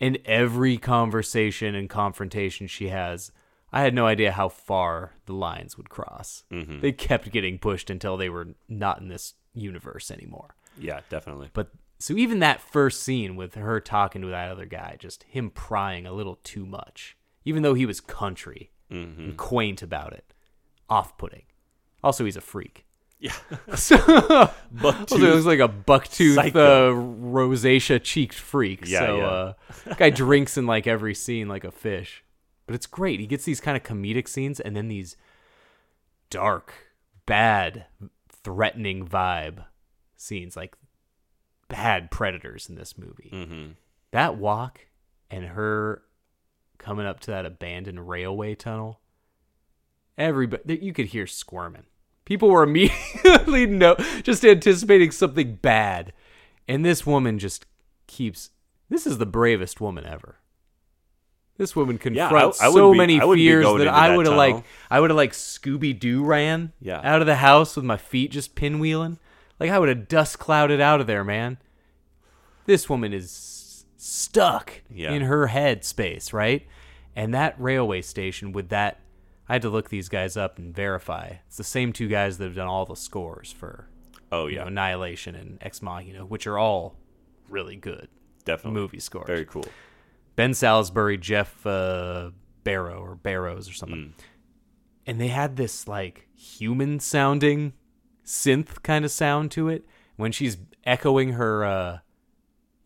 Speaker 1: in every conversation and confrontation she has. I had no idea how far the lines would cross. They kept getting pushed until they were not in this universe anymore.
Speaker 2: Yeah, definitely.
Speaker 1: But so even that first scene with her talking to that other guy, just him prying a little too much, even though he was country and quaint about it, off putting. Also, he's a freak. Yeah. so,
Speaker 2: Buck
Speaker 1: also, it was like a bucktooth,
Speaker 2: Psycho.
Speaker 1: uh, rosacea cheeked freak.
Speaker 2: Yeah,
Speaker 1: so,
Speaker 2: yeah.
Speaker 1: Uh, guy drinks in like every scene like a fish. But it's great. He gets these kind of comedic scenes and then these dark, bad, threatening vibe scenes like bad predators in this movie.
Speaker 2: Mhm.
Speaker 1: That walk and her coming up to that abandoned railway tunnel. Everybody, you could hear squirming. People were immediately no, just anticipating something bad, and this woman just keeps. This is the bravest woman ever. This woman
Speaker 2: Yeah, I-
Speaker 1: confronts
Speaker 2: I wouldn't
Speaker 1: so
Speaker 2: be-
Speaker 1: many
Speaker 2: I wouldn't be
Speaker 1: fears
Speaker 2: going
Speaker 1: that
Speaker 2: into
Speaker 1: I
Speaker 2: that
Speaker 1: would have like
Speaker 2: tunnel.
Speaker 1: I would have like Scooby Doo ran
Speaker 2: Yeah.
Speaker 1: out of the house with my feet just pinwheeling. Like I would have dust clouded out of there, man. This woman is stuck
Speaker 2: Yeah.
Speaker 1: in her head space, right? And that railway station with that, I had to look these guys up and verify. It's the same two guys that have done all the scores for
Speaker 2: Oh
Speaker 1: you know,
Speaker 2: yeah,
Speaker 1: Annihilation and Ex Machina, which are all really good
Speaker 2: definitely.
Speaker 1: movie scores.
Speaker 2: Very cool.
Speaker 1: Ben Salisbury, Jeff uh, Barrow or Barrows or something.
Speaker 2: Hmm.
Speaker 1: And they had this like human sounding synth kind of sound to it when she's echoing her uh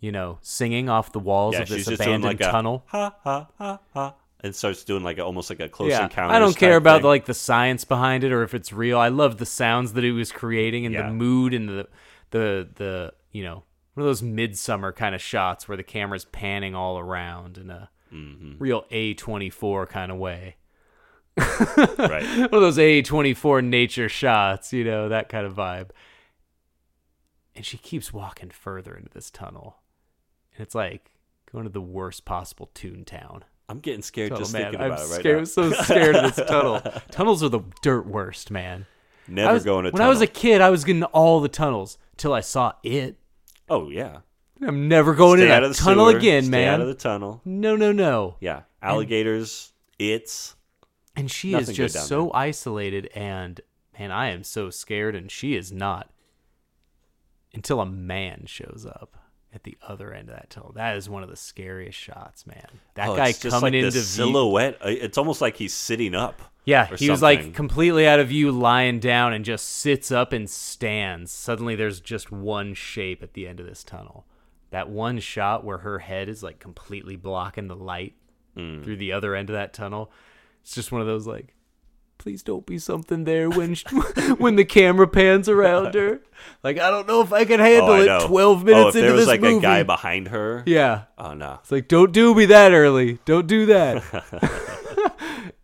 Speaker 1: you know, singing off the walls
Speaker 2: Yeah,
Speaker 1: of this
Speaker 2: she's just doing
Speaker 1: abandoned
Speaker 2: like a
Speaker 1: tunnel.
Speaker 2: ha ha ha ha, and starts doing like a, almost like a close
Speaker 1: Yeah,
Speaker 2: encounter.
Speaker 1: I don't care about like the science behind it or if it's real. I love the sounds that it was creating and
Speaker 2: Yeah.
Speaker 1: the mood and the the the you know one of those midsummer kind of shots where the camera's panning all around uh, in a
Speaker 2: Mm-hmm.
Speaker 1: real A twenty four kind of way.
Speaker 2: right.
Speaker 1: one of those A24 nature shots, you know, that kind of vibe. And she keeps walking further into this tunnel. And it's like going to the worst possible Toontown.
Speaker 2: I'm getting scared
Speaker 1: Tunnel,
Speaker 2: just
Speaker 1: man.
Speaker 2: thinking
Speaker 1: I'm
Speaker 2: about it right
Speaker 1: scared,
Speaker 2: now.
Speaker 1: so scared of this tunnel. Tunnels are the dirt worst, man. I
Speaker 2: Never
Speaker 1: was-
Speaker 2: going to
Speaker 1: when I was a
Speaker 2: tunnel.
Speaker 1: kid, I was getting all the tunnels till I saw it.
Speaker 2: Oh yeah.
Speaker 1: I'm never going
Speaker 2: Stay
Speaker 1: in
Speaker 2: out
Speaker 1: a
Speaker 2: of the
Speaker 1: tunnel
Speaker 2: sewer,
Speaker 1: again,
Speaker 2: stay
Speaker 1: man.
Speaker 2: Out of the tunnel.
Speaker 1: no, no, no.
Speaker 2: Yeah, alligators. It's
Speaker 1: And she
Speaker 2: Nothing
Speaker 1: is
Speaker 2: good
Speaker 1: just
Speaker 2: down
Speaker 1: so isolated, and man, I am so scared, and she is not. Until a man shows up at the other end of that tunnel, that is one of the scariest shots, man. That
Speaker 2: oh,
Speaker 1: guy
Speaker 2: it's just
Speaker 1: coming
Speaker 2: like the
Speaker 1: into view,
Speaker 2: silhouette. Uh, It's almost like he's sitting up.
Speaker 1: yeah,
Speaker 2: or
Speaker 1: he was like
Speaker 2: something.
Speaker 1: completely out of view, lying down, and just sits up and stands. Suddenly, there's just one shape at the end of this tunnel. That one shot where her head is like completely blocking the light
Speaker 2: Hmm.
Speaker 1: through the other end of that tunnel. It's just one of those like, please don't be something there when sh- when the camera pans around her. Like I don't know if I can handle
Speaker 2: oh, I know.
Speaker 1: it. Twelve minutes
Speaker 2: Oh, if
Speaker 1: into
Speaker 2: there was
Speaker 1: this
Speaker 2: like
Speaker 1: movie,
Speaker 2: a guy behind her.
Speaker 1: yeah,
Speaker 2: Oh no.
Speaker 1: it's like, don't do me that early. Don't do that.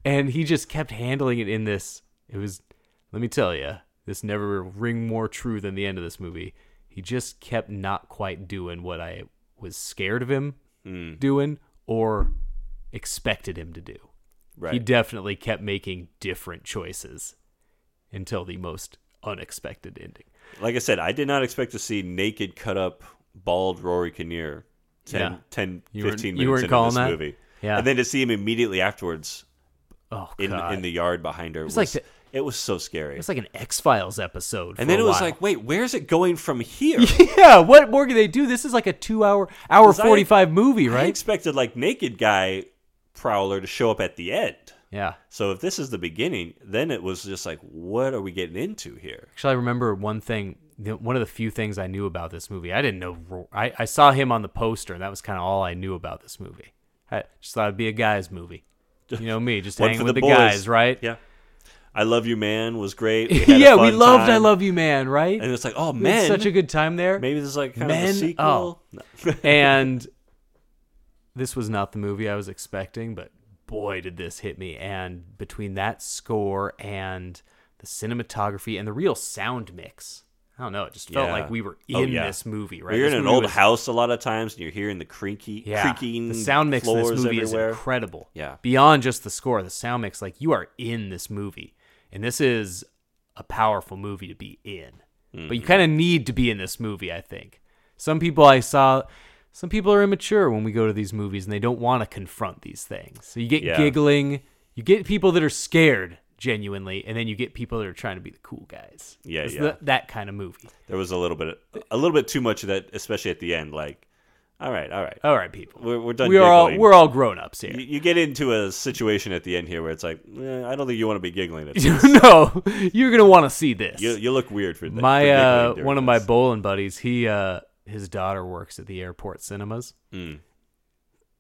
Speaker 1: and he just kept handling it in this. It was, let me tell you, this never ring more true than the end of this movie. He just kept not quite doing what I was scared of him
Speaker 2: Hmm.
Speaker 1: doing or expected him to do.
Speaker 2: Right.
Speaker 1: He definitely kept making different choices until the most unexpected ending.
Speaker 2: like I said, I did not expect to see naked, cut up, bald Rory Kinnear 10,
Speaker 1: Yeah.
Speaker 2: 10
Speaker 1: You weren't-
Speaker 2: 15
Speaker 1: you
Speaker 2: minutes
Speaker 1: weren't
Speaker 2: into
Speaker 1: calling
Speaker 2: this
Speaker 1: that?
Speaker 2: movie.
Speaker 1: Yeah.
Speaker 2: And then to see him immediately afterwards
Speaker 1: Oh,
Speaker 2: in,
Speaker 1: God.
Speaker 2: in the yard behind her was,
Speaker 1: was like the-
Speaker 2: it was so scary.
Speaker 1: it was like an X Files episode.
Speaker 2: and
Speaker 1: for
Speaker 2: then
Speaker 1: a
Speaker 2: it was
Speaker 1: while.
Speaker 2: like, wait, where's it going from here?
Speaker 1: Yeah, what more can they do? This is like a two hour, hour
Speaker 2: 'Cause I-
Speaker 1: forty five movie,
Speaker 2: I
Speaker 1: right?
Speaker 2: expected like naked guy prowler to show up at the end.
Speaker 1: yeah.
Speaker 2: So if this is the beginning, then it was just like, what are we getting into here?
Speaker 1: Actually, I remember one thing. the- One of the few things I knew about this movie, I didn't know. Ro- I, I saw him on the poster, and that was kind of all I knew about this movie. I just thought it'd be a guys' movie. You know me, just
Speaker 2: One
Speaker 1: hanging
Speaker 2: for
Speaker 1: with the,
Speaker 2: the boys.
Speaker 1: guys, right?
Speaker 2: Yeah. I love you, man was great. We had a
Speaker 1: yeah. We
Speaker 2: fun
Speaker 1: loved "I
Speaker 2: time.
Speaker 1: Love You, Man," right?
Speaker 2: And it's like, oh
Speaker 1: we had
Speaker 2: man,
Speaker 1: such a good time there.
Speaker 2: Maybe this is like kind of
Speaker 1: Men-
Speaker 2: a sequel.
Speaker 1: oh.
Speaker 2: No.
Speaker 1: and this was not the movie I was expecting, but boy, did this hit me. And between that score and the cinematography and the real sound mix, I don't know, it just felt
Speaker 2: Yeah.
Speaker 1: like we were in
Speaker 2: Oh, yeah.
Speaker 1: this movie, right?
Speaker 2: You're
Speaker 1: This
Speaker 2: in an
Speaker 1: movie
Speaker 2: old
Speaker 1: was-
Speaker 2: house a lot of times, and you're hearing the creaky,
Speaker 1: Yeah,
Speaker 2: creaking
Speaker 1: the sound mix in
Speaker 2: floors
Speaker 1: this movie
Speaker 2: everywhere.
Speaker 1: is incredible.
Speaker 2: Yeah.
Speaker 1: beyond just the score, the sound mix, like you are in this movie, and this is a powerful movie to be in. But
Speaker 2: Mm-hmm.
Speaker 1: you kind of need to be in this movie, I think. Some people I saw, some people are immature when we go to these movies, and they don't want to confront these things. So you get
Speaker 2: Yeah.
Speaker 1: giggling, you get people that are scared genuinely, and then you get people that are trying to be the cool guys.
Speaker 2: Yeah,
Speaker 1: It's
Speaker 2: yeah.
Speaker 1: th- that kind of movie.
Speaker 2: There was a little bit, a little bit too much of that, especially at the end. Like, all right, all right.
Speaker 1: All right, people,
Speaker 2: We're- we're done
Speaker 1: We are all
Speaker 2: giggling.
Speaker 1: we're all grown ups here.
Speaker 2: You, you get into a situation at the end here where it's like, eh, I don't think you want to be giggling at this.
Speaker 1: no, you're gonna want to see this.
Speaker 2: you, you look weird for that. for
Speaker 1: my
Speaker 2: giggling
Speaker 1: uh,
Speaker 2: during
Speaker 1: one of my
Speaker 2: this.
Speaker 1: bowling buddies, he uh, his daughter works at the airport cinemas.
Speaker 2: Hmm.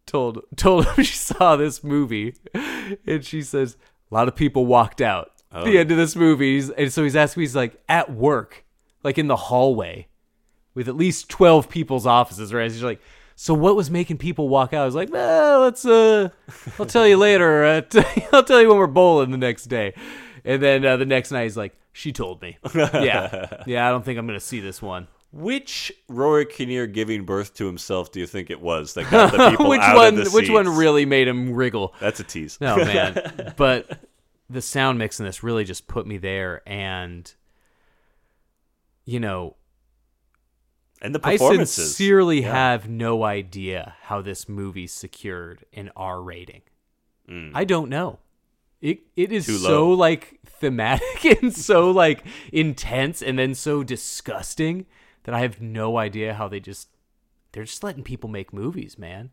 Speaker 1: Told told him she saw this movie, and she says a lot of people walked out at
Speaker 2: Oh.
Speaker 1: the end of this movie. He's- and so he's asking, me, he's like at work, like in the hallway, with at least twelve people's offices. Right? He's like. So what was making people walk out? I was like, well, let's uh, I'll tell you later. Uh, t- I'll tell you when we're bowling the next day. And then uh, the next night, he's like, she told me. Yeah, yeah. I don't think I'm gonna see this one.
Speaker 2: which Rory Kinnear giving birth to himself do you think it was that got the people
Speaker 1: which
Speaker 2: out
Speaker 1: one?
Speaker 2: Of the
Speaker 1: Which one
Speaker 2: seats?
Speaker 1: really made him wriggle?
Speaker 2: That's a tease.
Speaker 1: No Oh, man, but the sound mix in this really just put me there, and you know,
Speaker 2: and the
Speaker 1: I
Speaker 2: performances.
Speaker 1: sincerely have no idea how this movie secured an R rating. I don't know. It it is
Speaker 2: Mm. Too
Speaker 1: so
Speaker 2: low.
Speaker 1: like thematic and so like intense and then so disgusting that I have no idea how they just they're just letting people make movies, man.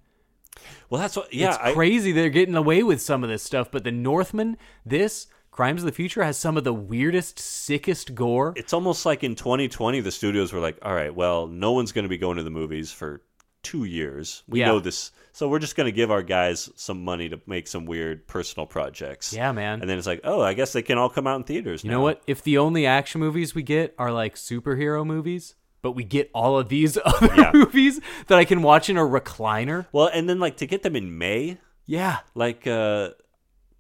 Speaker 2: well, that's what. Yeah, I-
Speaker 1: it's crazy they're getting away with some of this stuff, but the Northman, this Crimes of the Future has some of the weirdest, sickest gore.
Speaker 2: it's almost like in 2020 the studios were like all right well no one's going to be going to the movies for two years we
Speaker 1: Yeah.
Speaker 2: know this so we're just going to give our guys some money to make some weird personal projects
Speaker 1: Yeah, man.
Speaker 2: and then it's like oh i guess they can all come out in theaters
Speaker 1: You know what? If the only action movies we get are like superhero movies, but we get all of these other
Speaker 2: Yeah.
Speaker 1: movies that I can watch in a recliner.
Speaker 2: well and then like to get them in may
Speaker 1: Yeah.
Speaker 2: like uh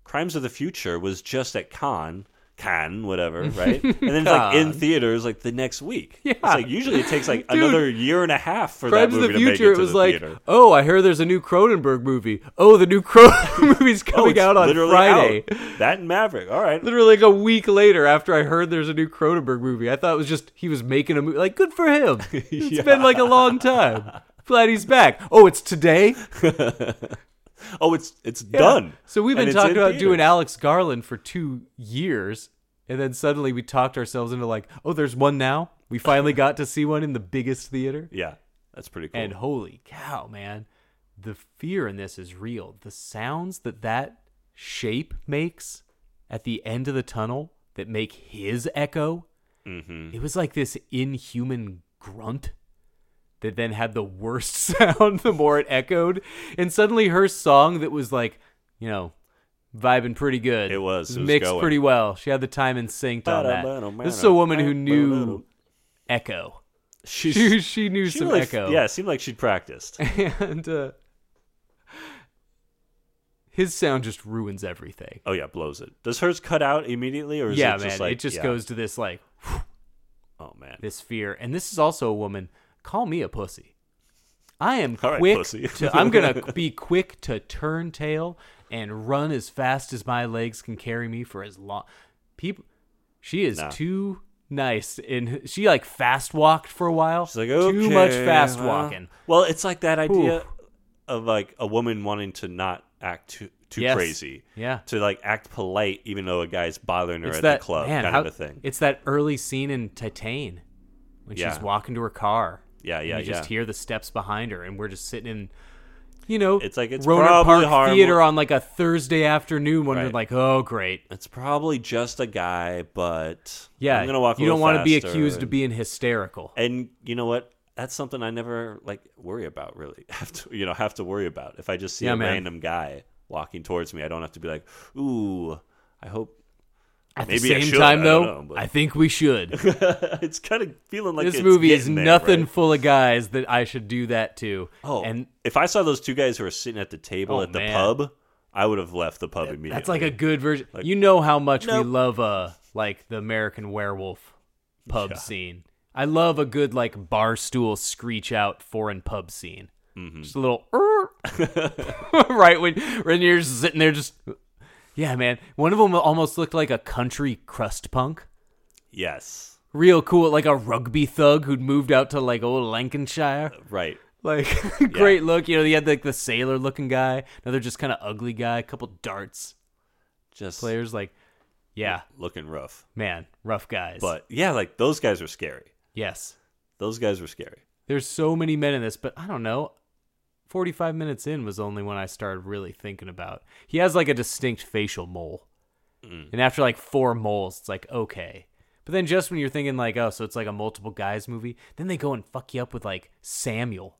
Speaker 2: crimes of the future was just at con Cannes, whatever, right? And then it's like in theaters like the next week.
Speaker 1: Yeah.
Speaker 2: It's like usually it takes like
Speaker 1: Dude.
Speaker 2: another year and a half for
Speaker 1: Crimes
Speaker 2: that
Speaker 1: of
Speaker 2: movie
Speaker 1: the
Speaker 2: to make
Speaker 1: Future,
Speaker 2: it
Speaker 1: it
Speaker 2: to
Speaker 1: was
Speaker 2: the
Speaker 1: like,
Speaker 2: theater.
Speaker 1: oh, I hear there's a new Cronenberg movie. Oh, the new Cronenberg movie's coming
Speaker 2: Oh, it's
Speaker 1: out on
Speaker 2: literally
Speaker 1: Friday.
Speaker 2: out. That and Maverick. All right.
Speaker 1: Literally like a week later after I heard there's a new Cronenberg movie. I thought it was just he was making a movie. Like, good for him. It's been like a long time. Glad he's back. Oh, it's today?
Speaker 2: Oh, it's it's
Speaker 1: Yeah.
Speaker 2: done.
Speaker 1: So we've
Speaker 2: And
Speaker 1: been
Speaker 2: it's
Speaker 1: talking
Speaker 2: in
Speaker 1: about doing
Speaker 2: theaters.
Speaker 1: Alex Garland for two years, and then suddenly we talked ourselves into like, oh, there's one now. We finally got to see one in the biggest theater,
Speaker 2: Yeah, that's pretty cool.
Speaker 1: and holy cow, man, the fear in this is real. The sounds that that shape makes at the end of the tunnel that make his echo.
Speaker 2: Mm-hmm.
Speaker 1: It was like this inhuman grunt that then had the worst sound the more it echoed. And suddenly her song that was like, you know, vibing pretty good.
Speaker 2: It was. It was
Speaker 1: mixed
Speaker 2: going.
Speaker 1: pretty well. She had the time and synced on that. This is a woman who knew echo.
Speaker 2: She's-
Speaker 1: She, she knew
Speaker 2: she
Speaker 1: some
Speaker 2: really-
Speaker 1: echo.
Speaker 2: Yeah, it seemed like she'd practiced.
Speaker 1: And uh, his sound just ruins everything.
Speaker 2: Oh yeah, blows it. Does hers cut out immediately, or is
Speaker 1: Yeah,
Speaker 2: it
Speaker 1: man.
Speaker 2: just like
Speaker 1: it just
Speaker 2: yeah.
Speaker 1: goes to this like
Speaker 2: Oh man,
Speaker 1: this fear. And this is also a woman. Call me a pussy. I am
Speaker 2: All right,
Speaker 1: quick.
Speaker 2: pussy.
Speaker 1: to, I'm gonna be quick to turn tail and run as fast as my legs can carry me for as long. People, she is
Speaker 2: Nah.
Speaker 1: too nice, and she like fast walked for a while.
Speaker 2: She's like
Speaker 1: too much
Speaker 2: "Okay,
Speaker 1: fast
Speaker 2: well."
Speaker 1: walking.
Speaker 2: Well, it's like that idea
Speaker 1: Oof.
Speaker 2: of like a woman wanting to not act too too
Speaker 1: Yes.
Speaker 2: crazy.
Speaker 1: Yeah.
Speaker 2: To like act polite even though a guy's bothering her
Speaker 1: It's
Speaker 2: at
Speaker 1: that
Speaker 2: the club
Speaker 1: man,
Speaker 2: kind
Speaker 1: how-
Speaker 2: of a thing.
Speaker 1: It's that early scene in Titane when
Speaker 2: Yeah.
Speaker 1: she's walking to her car.
Speaker 2: Yeah,
Speaker 1: and
Speaker 2: yeah,
Speaker 1: You just
Speaker 2: yeah.
Speaker 1: hear the steps behind her, and we're just sitting in, you know,
Speaker 2: It's like it's
Speaker 1: Roanoke
Speaker 2: probably
Speaker 1: Park
Speaker 2: harmless.
Speaker 1: Theater on like a Thursday afternoon, wondering
Speaker 2: Right.
Speaker 1: like, oh great,
Speaker 2: It's probably just a guy, but
Speaker 1: yeah,
Speaker 2: I'm gonna walk. a
Speaker 1: You don't
Speaker 2: little
Speaker 1: want to be
Speaker 2: faster
Speaker 1: accused of
Speaker 2: and-
Speaker 1: being hysterical.
Speaker 2: And you know what? That's something I never like worry about. Really, have to you know have to worry about if I just see
Speaker 1: Yeah,
Speaker 2: a
Speaker 1: man.
Speaker 2: random guy walking towards me. I don't have to be like, ooh, I hope.
Speaker 1: At
Speaker 2: Maybe
Speaker 1: the
Speaker 2: I
Speaker 1: same
Speaker 2: should,
Speaker 1: time,
Speaker 2: I
Speaker 1: though,
Speaker 2: don't know, but-
Speaker 1: I think we should.
Speaker 2: it's kind of feeling like
Speaker 1: this
Speaker 2: it's
Speaker 1: movie is
Speaker 2: getting there,
Speaker 1: nothing
Speaker 2: right?
Speaker 1: full of guys that I should do that to.
Speaker 2: Oh,
Speaker 1: and
Speaker 2: and if I saw those two guys who were sitting at the table
Speaker 1: Oh,
Speaker 2: at the
Speaker 1: man.
Speaker 2: pub, I would have left the pub immediately.
Speaker 1: that's like a good version. you know how much
Speaker 2: Nope.
Speaker 1: we love uh like the American Werewolf pub
Speaker 2: Yeah.
Speaker 1: scene. I love a good like bar stool screech out foreign pub scene. Just a little "Er." right when when you're just sitting there just yeah man. One of them almost looked like a country crust punk.
Speaker 2: yes,
Speaker 1: real cool, like a rugby thug who'd moved out to like old Lancashire.
Speaker 2: right.
Speaker 1: Like great look, you know. He had like the sailor looking guy, another just kind of ugly guy, a couple darts
Speaker 2: Just
Speaker 1: players. Like, yeah,
Speaker 2: looking rough,
Speaker 1: man, rough guys.
Speaker 2: but yeah, like those guys were scary.
Speaker 1: yes,
Speaker 2: Those guys were scary.
Speaker 1: there's so many men in this, but I don't know. 45 minutes in was only when I started really thinking about. He has like a distinct facial mole. And after like four moles, it's like, okay. But then just when you're thinking like, oh, so it's like a multiple guys movie, then they go and fuck you up with like Samuel.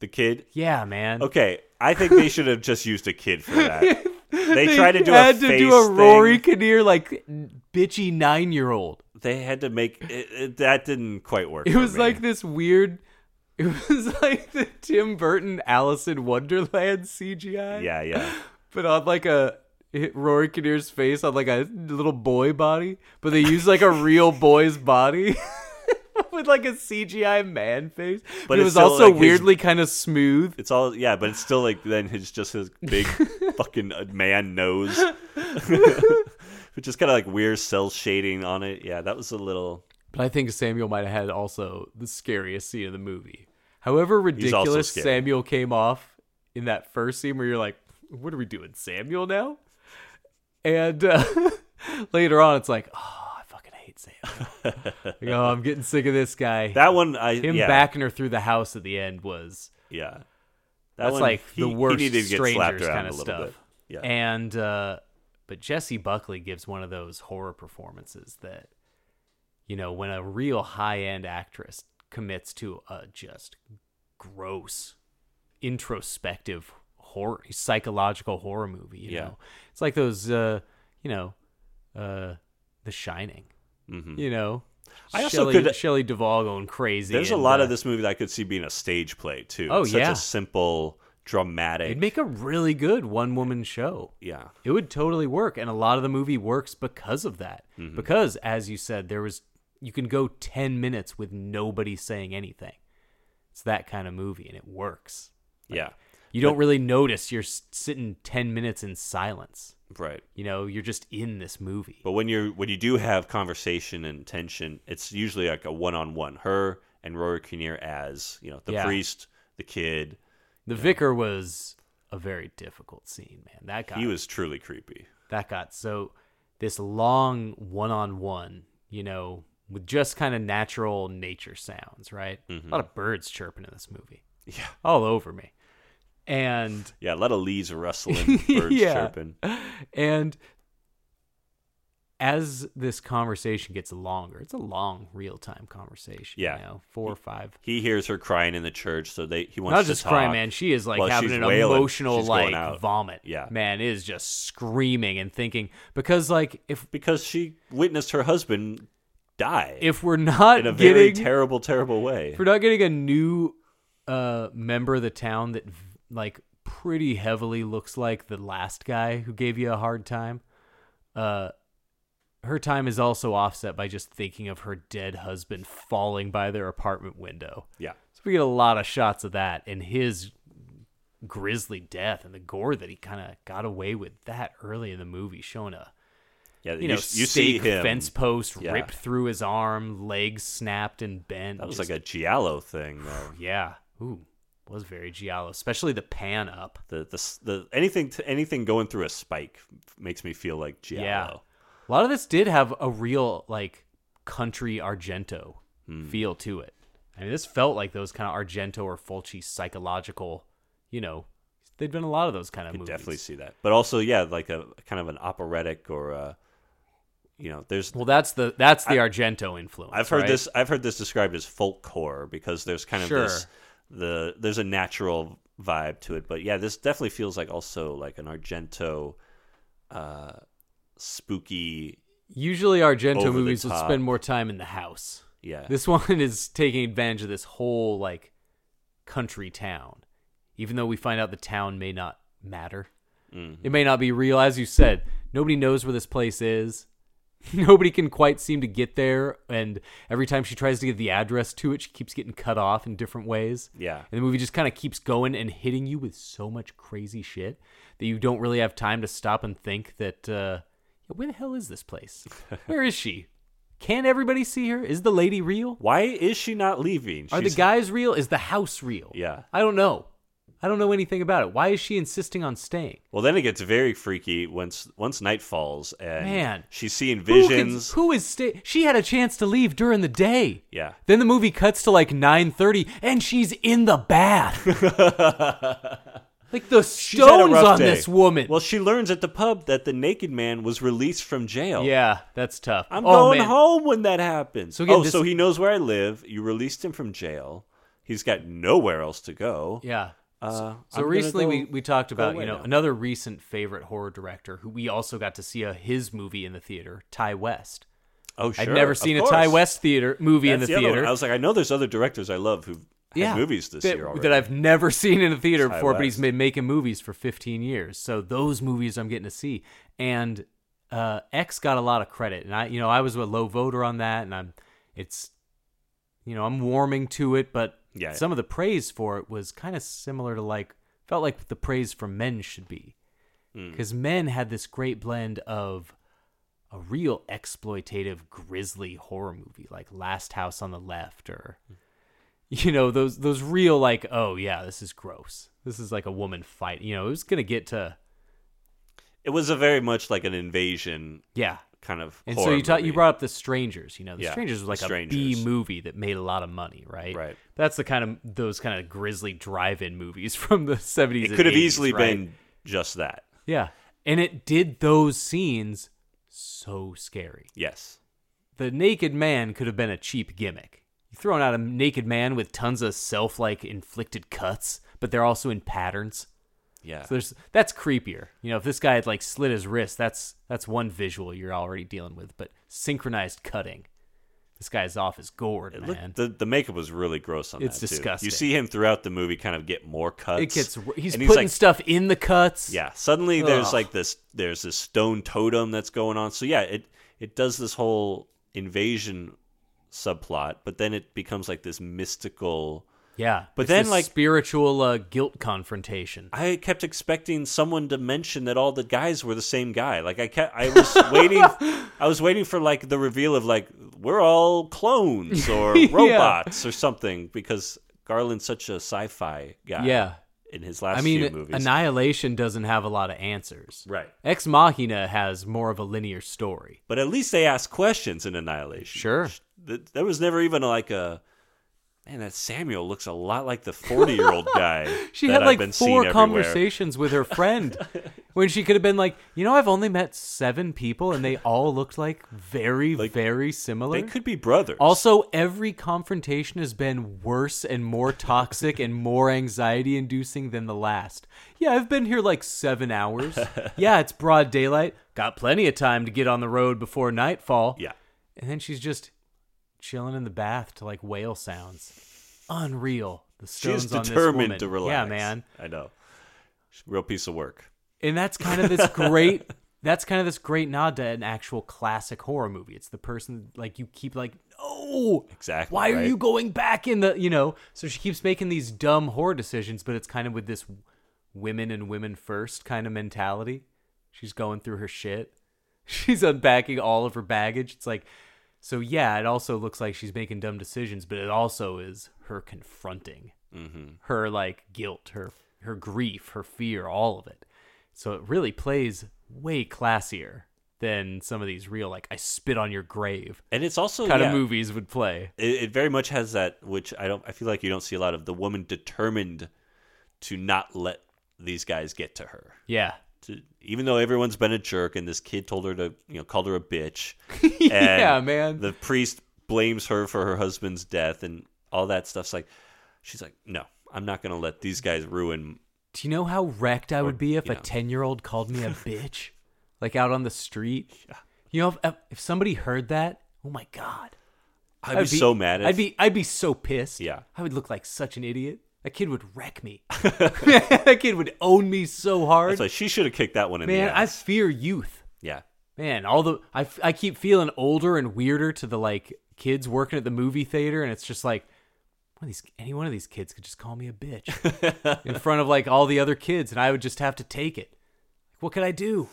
Speaker 2: The kid
Speaker 1: Yeah, man.
Speaker 2: Okay, I think they should have just used a kid for that. They, tried to do a
Speaker 1: had
Speaker 2: face
Speaker 1: to do a
Speaker 2: thing.
Speaker 1: Rory Kinnear like bitchy nine year old.
Speaker 2: They had to make it, it- that didn't quite work.
Speaker 1: It
Speaker 2: for
Speaker 1: was
Speaker 2: me.
Speaker 1: like this weird. It was like the Tim Burton Alice in Wonderland CGI.
Speaker 2: yeah, yeah,
Speaker 1: but on like a it- Rory Kinnear's face on like a little boy body, but they use like a real boy's body with like a CGI man face. But,
Speaker 2: But
Speaker 1: it
Speaker 2: it's
Speaker 1: was
Speaker 2: still,
Speaker 1: also
Speaker 2: like, his-
Speaker 1: weirdly kind of smooth.
Speaker 2: it's all yeah, but it's still like then it's just his big fucking uh, man nose, which is kind of like weird cell shading on it. Yeah, that was a little.
Speaker 1: But I think Samuel might have had also the scariest scene of the movie. However
Speaker 2: also
Speaker 1: ridiculous
Speaker 2: scary.
Speaker 1: Samuel came off in that first scene where you're like, what are we doing, Samuel now? And uh, later on, it's like, oh, I fucking hate Samuel. You know, I'm getting sick of this guy.
Speaker 2: That one, I
Speaker 1: Him
Speaker 2: yeah,
Speaker 1: backing her through the house at the end was
Speaker 2: Yeah, that
Speaker 1: that's like
Speaker 2: he-
Speaker 1: the
Speaker 2: he
Speaker 1: worst
Speaker 2: needed to get slapped
Speaker 1: strangers
Speaker 2: around
Speaker 1: kind
Speaker 2: a
Speaker 1: of
Speaker 2: little
Speaker 1: stuff.
Speaker 2: bit. Yeah,
Speaker 1: And uh, but Jesse Buckley gives one of those horror performances that you know when a real high end actress commits to a just gross, introspective horror, psychological horror movie. You
Speaker 2: Yeah.
Speaker 1: know, it's like those uh, you know, uh, The Shining. Mm-hmm. You know.
Speaker 2: I also
Speaker 1: Shelley,
Speaker 2: could-
Speaker 1: Shelley Duvall going crazy.
Speaker 2: there's a
Speaker 1: and,
Speaker 2: lot
Speaker 1: uh,
Speaker 2: of this movie that I could see being a stage play too.
Speaker 1: Oh,
Speaker 2: It's such
Speaker 1: yeah.
Speaker 2: a simple, dramatic.
Speaker 1: It'd make a really good one woman show.
Speaker 2: yeah,
Speaker 1: It would totally work. And a lot of the movie works because of that.
Speaker 2: Mm-hmm.
Speaker 1: Because, as you said, there was you can go 10 minutes with nobody saying anything. It's that kind of movie, and it works.
Speaker 2: yeah,
Speaker 1: You don't really notice you're s- sitting 10 minutes in silence.
Speaker 2: right.
Speaker 1: You know, you're just in this movie.
Speaker 2: But when you're when you do have conversation and tension, it's usually like a one on one. Her and Rory Kinnear as you know the
Speaker 1: Yeah.
Speaker 2: priest, the kid.
Speaker 1: The Vicar was a very difficult scene, man. That guy
Speaker 2: He was truly creepy.
Speaker 1: that got so this long one on one, you know, with just kind of natural nature sounds, right?
Speaker 2: Mm-hmm.
Speaker 1: A lot of birds chirping in this movie. Yeah. All over me. And
Speaker 2: Yeah, a lot of leaves rustling, birds
Speaker 1: Yeah.
Speaker 2: chirping.
Speaker 1: and as this conversation gets longer, it's a long real time conversation.
Speaker 2: Yeah.
Speaker 1: You know, four or five.
Speaker 2: He hears her crying in the church, so they he wants
Speaker 1: Not
Speaker 2: to
Speaker 1: just
Speaker 2: talk.
Speaker 1: crying, man. She is like
Speaker 2: Well,
Speaker 1: having
Speaker 2: she's
Speaker 1: an
Speaker 2: wailing.
Speaker 1: emotional
Speaker 2: She's going
Speaker 1: like
Speaker 2: out.
Speaker 1: vomit.
Speaker 2: Yeah.
Speaker 1: Man is just screaming and thinking because like if
Speaker 2: because she witnessed her husband die
Speaker 1: if we're not
Speaker 2: in a very
Speaker 1: getting
Speaker 2: terrible, terrible way.
Speaker 1: if we're not getting a new uh member of the town that v- like pretty heavily looks like the last guy who gave you a hard time uh her time is also offset by just thinking of her dead husband falling by their apartment window
Speaker 2: Yeah,
Speaker 1: so we get a lot of shots of that and his grisly death and the gore that he kind of got away with that early in the movie showing a
Speaker 2: yeah.
Speaker 1: you know
Speaker 2: see
Speaker 1: stake
Speaker 2: him.
Speaker 1: fence post
Speaker 2: Yeah.
Speaker 1: ripped through his arm legs snapped and bent
Speaker 2: That was
Speaker 1: just
Speaker 2: like a giallo thing. Though.
Speaker 1: yeah. Ooh, was very giallo, especially the pan up.
Speaker 2: The, the the anything anything going through a spike makes me feel like giallo.
Speaker 1: Yeah. A lot of this did have a real like country Argento
Speaker 2: Hmm.
Speaker 1: feel to it. I mean, this felt like those kind of Argento or Fulci psychological, you know, they'd been a lot of those kind of
Speaker 2: could
Speaker 1: movies.
Speaker 2: definitely see that. But also, yeah, like a kind of an operatic or a, you know, there's.
Speaker 1: Well, that's the that's the Argento influence.
Speaker 2: I've heard
Speaker 1: right?
Speaker 2: this. I've heard this described as folk horror because there's kind of this
Speaker 1: Sure.
Speaker 2: the there's a natural vibe to it. But yeah, this definitely feels like also like an Argento, uh, spooky.
Speaker 1: Usually, Argento
Speaker 2: over the
Speaker 1: movies would
Speaker 2: top.
Speaker 1: spend more time in the house.
Speaker 2: Yeah,
Speaker 1: This one is taking advantage of this whole like country town, even though we find out the town may not matter.
Speaker 2: Mm-hmm.
Speaker 1: It may not be real, as you said. Nobody knows where this place is. Nobody can quite seem to get there, and every time she tries to give the address to it, she keeps getting cut off in different ways.
Speaker 2: Yeah.
Speaker 1: and the movie just kind of keeps going and hitting you with so much crazy shit that you don't really have time to stop and think that uh, where the hell is this place? Where is she? Can everybody see her? Is the lady real?
Speaker 2: Why is she not leaving?
Speaker 1: Are
Speaker 2: She's-
Speaker 1: the guys real? Is the house real?
Speaker 2: Yeah.
Speaker 1: I don't know. I don't know anything about it. Why is she insisting on staying?
Speaker 2: Well, then it gets very freaky once once night falls and
Speaker 1: Man.
Speaker 2: she's seeing
Speaker 1: Who can-
Speaker 2: visions.
Speaker 1: Who is stay? She had a chance to leave during the day.
Speaker 2: Yeah.
Speaker 1: Then the movie cuts to like 9:30 and she's in the bath. like the
Speaker 2: She's had a
Speaker 1: stones
Speaker 2: rough
Speaker 1: on
Speaker 2: day.
Speaker 1: this woman.
Speaker 2: Well, she learns at the pub that the naked man was released from jail.
Speaker 1: yeah, that's tough.
Speaker 2: I'm
Speaker 1: Oh,
Speaker 2: going
Speaker 1: man.
Speaker 2: home when that happens.
Speaker 1: So again,
Speaker 2: oh,
Speaker 1: this-
Speaker 2: so he knows where I live. You released him from jail. He's got nowhere else to go.
Speaker 1: Yeah.
Speaker 2: Uh,
Speaker 1: So recently we, we talked about,
Speaker 2: away
Speaker 1: you know,
Speaker 2: now.
Speaker 1: another recent favorite horror director who we also got to see a, his movie in the theater, Ty West.
Speaker 2: Oh, sure.
Speaker 1: I've never
Speaker 2: of
Speaker 1: seen a
Speaker 2: course.
Speaker 1: Ty West theater movie
Speaker 2: That's
Speaker 1: in the,
Speaker 2: other one.
Speaker 1: theater.
Speaker 2: I was like, I know there's other directors I love who've had
Speaker 1: yeah,
Speaker 2: movies this
Speaker 1: that,
Speaker 2: year already.
Speaker 1: that I've never seen in a theater
Speaker 2: Ty
Speaker 1: before, but he's
Speaker 2: West.
Speaker 1: been making movies for 15 years. So those movies I'm getting to see, and uh, X got a lot of credit, and I, you know, I was a low voter on that, and I'm, it's, you know, I'm warming to it, but
Speaker 2: Yeah.
Speaker 1: some of the praise for it was kind of similar to like felt like the praise for men should be, because men had this great blend of a real exploitative grisly horror movie like Last House on the Left or you know those those real like oh yeah this is gross this is like a woman fight you know it was gonna get to
Speaker 2: It was a very much like an invasion
Speaker 1: yeah
Speaker 2: kind of.
Speaker 1: and so
Speaker 2: horror
Speaker 1: you ta-
Speaker 2: movie.
Speaker 1: you brought up the strangers you know the
Speaker 2: Yeah,
Speaker 1: strangers
Speaker 2: The
Speaker 1: was like a
Speaker 2: Strangers.
Speaker 1: B movie that made a lot of money right
Speaker 2: Right.
Speaker 1: that's the kind of those kind of grisly drive-in movies from the 70s
Speaker 2: It
Speaker 1: and
Speaker 2: could have
Speaker 1: 80s,
Speaker 2: easily
Speaker 1: right?
Speaker 2: been just that.
Speaker 1: yeah and it did those scenes so scary
Speaker 2: Yes.
Speaker 1: the naked man could have been a cheap gimmick. You throwing out a naked man with tons of self like inflicted cuts, but they're also in patterns.
Speaker 2: Yeah.
Speaker 1: So there's that's creepier. You know, if this guy had like slit his wrist, that's that's one visual you're already dealing with, but synchronized cutting. This guy's off his gourd,
Speaker 2: It
Speaker 1: man.
Speaker 2: looked, the, the makeup was really gross on
Speaker 1: It's
Speaker 2: that. too.
Speaker 1: disgusting.
Speaker 2: You see him throughout the movie kind of get more cuts.
Speaker 1: it gets wor- he's
Speaker 2: and
Speaker 1: putting
Speaker 2: like,
Speaker 1: stuff in the cuts.
Speaker 2: Yeah. Suddenly there's
Speaker 1: Ugh.
Speaker 2: like this there's this stone totem that's going on. So yeah, it it does this whole invasion subplot, but then it becomes like this mystical
Speaker 1: Yeah.
Speaker 2: But
Speaker 1: It's
Speaker 2: then,
Speaker 1: this
Speaker 2: like-
Speaker 1: spiritual uh, guilt confrontation.
Speaker 2: I kept expecting someone to mention that all the guys were the same guy. Like I kept, I was waiting, I was waiting for like the reveal of like we're all clones or robots or something because Garland's such a sci-fi guy.
Speaker 1: yeah.
Speaker 2: in his last
Speaker 1: I mean,
Speaker 2: few movies,
Speaker 1: Annihilation doesn't have a lot of answers.
Speaker 2: Right.
Speaker 1: Ex Machina has more of a linear story.
Speaker 2: but at least they asked questions in Annihilation.
Speaker 1: Sure.
Speaker 2: Th- there was never even like a. Man, that Samuel looks a lot like the forty-year-old guy.
Speaker 1: She
Speaker 2: that
Speaker 1: had
Speaker 2: I've
Speaker 1: like
Speaker 2: been seeing
Speaker 1: four
Speaker 2: everywhere.
Speaker 1: conversations with her friend when she could have been like, you know, I've only met seven people and they all looked like very,
Speaker 2: Like,
Speaker 1: very similar.
Speaker 2: They could be brothers.
Speaker 1: also, every confrontation has been worse and more toxic and more anxiety inducing than the last. Yeah, I've been here like seven hours. yeah, it's broad daylight. Got plenty of time to get on the road before nightfall.
Speaker 2: yeah.
Speaker 1: And then she's just chilling in the bath to like whale sounds. Unreal. The
Speaker 2: She
Speaker 1: stones
Speaker 2: is
Speaker 1: on this woman.
Speaker 2: determined to relax.
Speaker 1: Yeah, man.
Speaker 2: I know. She's a Real piece of work.
Speaker 1: And that's kind of this great. That's kind of this great nod to an actual classic horror movie. It's the person like you keep like, no,
Speaker 2: Exactly,
Speaker 1: Why are
Speaker 2: right?
Speaker 1: you going back in the you know? So she keeps making these dumb horror decisions, but it's kind of with this women and women first kind of mentality. She's going through her shit. She's unpacking all of her baggage. It's like, so yeah, it also looks like she's making dumb decisions, but it also is her confronting her like guilt, her her grief, her fear, all of it. So it really plays way classier than some of these real like I spit on your grave
Speaker 2: And it's also
Speaker 1: kind
Speaker 2: yeah,
Speaker 1: of movies would play.
Speaker 2: It, it very much has that, which I don't. I feel like you don't see a lot of the woman determined to not let these guys get to her.
Speaker 1: Yeah.
Speaker 2: To, even though everyone's been a jerk, and this kid told her to, you know, called her a bitch. and
Speaker 1: yeah, man.
Speaker 2: The priest blames her for her husband's death and all that stuff's like, she's like, no, I'm not gonna let these guys ruin.
Speaker 1: Do you know how wrecked I would be if
Speaker 2: you
Speaker 1: a
Speaker 2: know.
Speaker 1: 10-year-old called me a bitch like out on the street? You know if, if somebody heard that, oh my god.
Speaker 2: I'd, be, so mad. If,
Speaker 1: I'd be I'd be so pissed.
Speaker 2: Yeah.
Speaker 1: I would look like such an idiot. That kid would wreck me. that kid would own me so hard.
Speaker 2: That's why she should have kicked that one in
Speaker 1: Man,
Speaker 2: the
Speaker 1: I
Speaker 2: ass.
Speaker 1: fear youth.
Speaker 2: yeah.
Speaker 1: Man, all the I, f- I keep feeling older and weirder to the like kids working at the movie theater, and it's just like one of these any one of these kids could just call me a bitch in front of like all the other kids, and I would just have to take it. What could I do?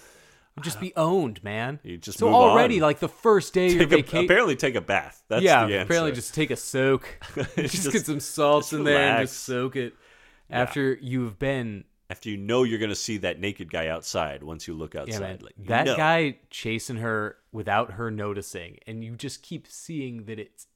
Speaker 1: I'd just be owned, man.
Speaker 2: You just
Speaker 1: so
Speaker 2: move
Speaker 1: already
Speaker 2: on.
Speaker 1: like the first day you're
Speaker 2: Take a,
Speaker 1: vacation.
Speaker 2: apparently take a bath. That's
Speaker 1: Yeah,
Speaker 2: the answer.
Speaker 1: apparently just take a soak. just,
Speaker 2: Just-
Speaker 1: get some salts
Speaker 2: just
Speaker 1: in there and
Speaker 2: relax.
Speaker 1: just soak it after you've been
Speaker 2: after you know you're gonna see that naked guy outside once you look
Speaker 1: Yeah,
Speaker 2: outside.
Speaker 1: man.
Speaker 2: like, you
Speaker 1: that
Speaker 2: know.
Speaker 1: guy chasing her without her noticing, and you just keep seeing that it's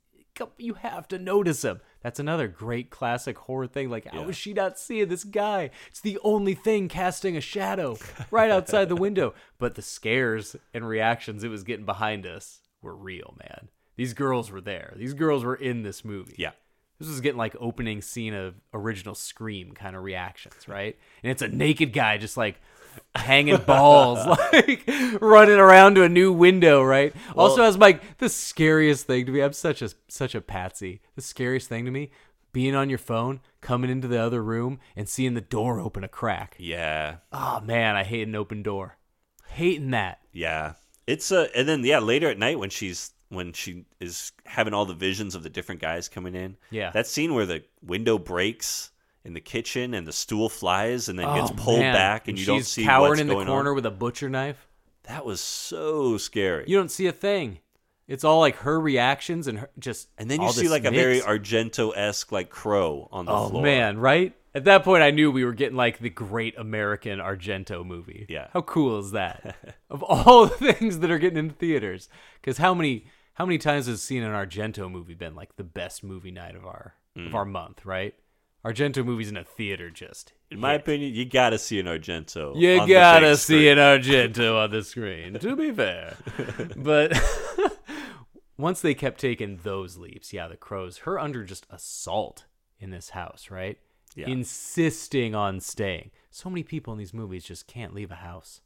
Speaker 1: you have to notice him. That's another great classic horror thing. Like, how
Speaker 2: Yeah.
Speaker 1: is she not seeing this guy? It's the only thing casting a shadow right outside the window. But the scares and reactions it was getting behind us were real, man. These girls were there. These girls were in this movie.
Speaker 2: Yeah.
Speaker 1: This was getting like opening scene of original Scream kind of reactions, right? And it's a naked guy just like hanging balls, like running around to a new window, right? also, I was like, the scariest thing to me. I'm such a such a patsy. The scariest thing to me, being on your phone, coming into the other room, and seeing the door open a crack.
Speaker 2: Yeah.
Speaker 1: Oh man, I hate an open door. Hating that.
Speaker 2: Yeah. It's a and then yeah, later at night when she's when she is having all the visions of the different guys coming in.
Speaker 1: Yeah.
Speaker 2: That scene where the window breaks in the kitchen and the stool flies and then
Speaker 1: Oh,
Speaker 2: gets pulled
Speaker 1: man.
Speaker 2: back and, you don't
Speaker 1: she's
Speaker 2: see
Speaker 1: cowering
Speaker 2: what's
Speaker 1: in
Speaker 2: going
Speaker 1: the corner
Speaker 2: on.
Speaker 1: with a butcher knife.
Speaker 2: That was so scary.
Speaker 1: You don't see a thing. It's all like her reactions and her just.
Speaker 2: and then you
Speaker 1: all
Speaker 2: see
Speaker 1: this
Speaker 2: like a
Speaker 1: mix.
Speaker 2: very Argento esque like crow on the
Speaker 1: Oh
Speaker 2: floor.
Speaker 1: man, right? At that point, I knew we were getting like the great American Argento movie.
Speaker 2: Yeah.
Speaker 1: How cool is that? of all the things that are getting into theaters, because how many how many times has seen an Argento movie been like the best movie night of our
Speaker 2: Mm.
Speaker 1: of our month? Right? Argento movies in a theater just.
Speaker 2: In my opinion, you gotta see an Argento.
Speaker 1: You
Speaker 2: on the
Speaker 1: gotta
Speaker 2: big
Speaker 1: see
Speaker 2: screen.
Speaker 1: an Argento on the screen. To be fair, but. Once they kept taking those leaps, yeah, the crows, her under just assault in this house, right?
Speaker 2: Yeah.
Speaker 1: insisting on staying. So many people in these movies just can't leave a house.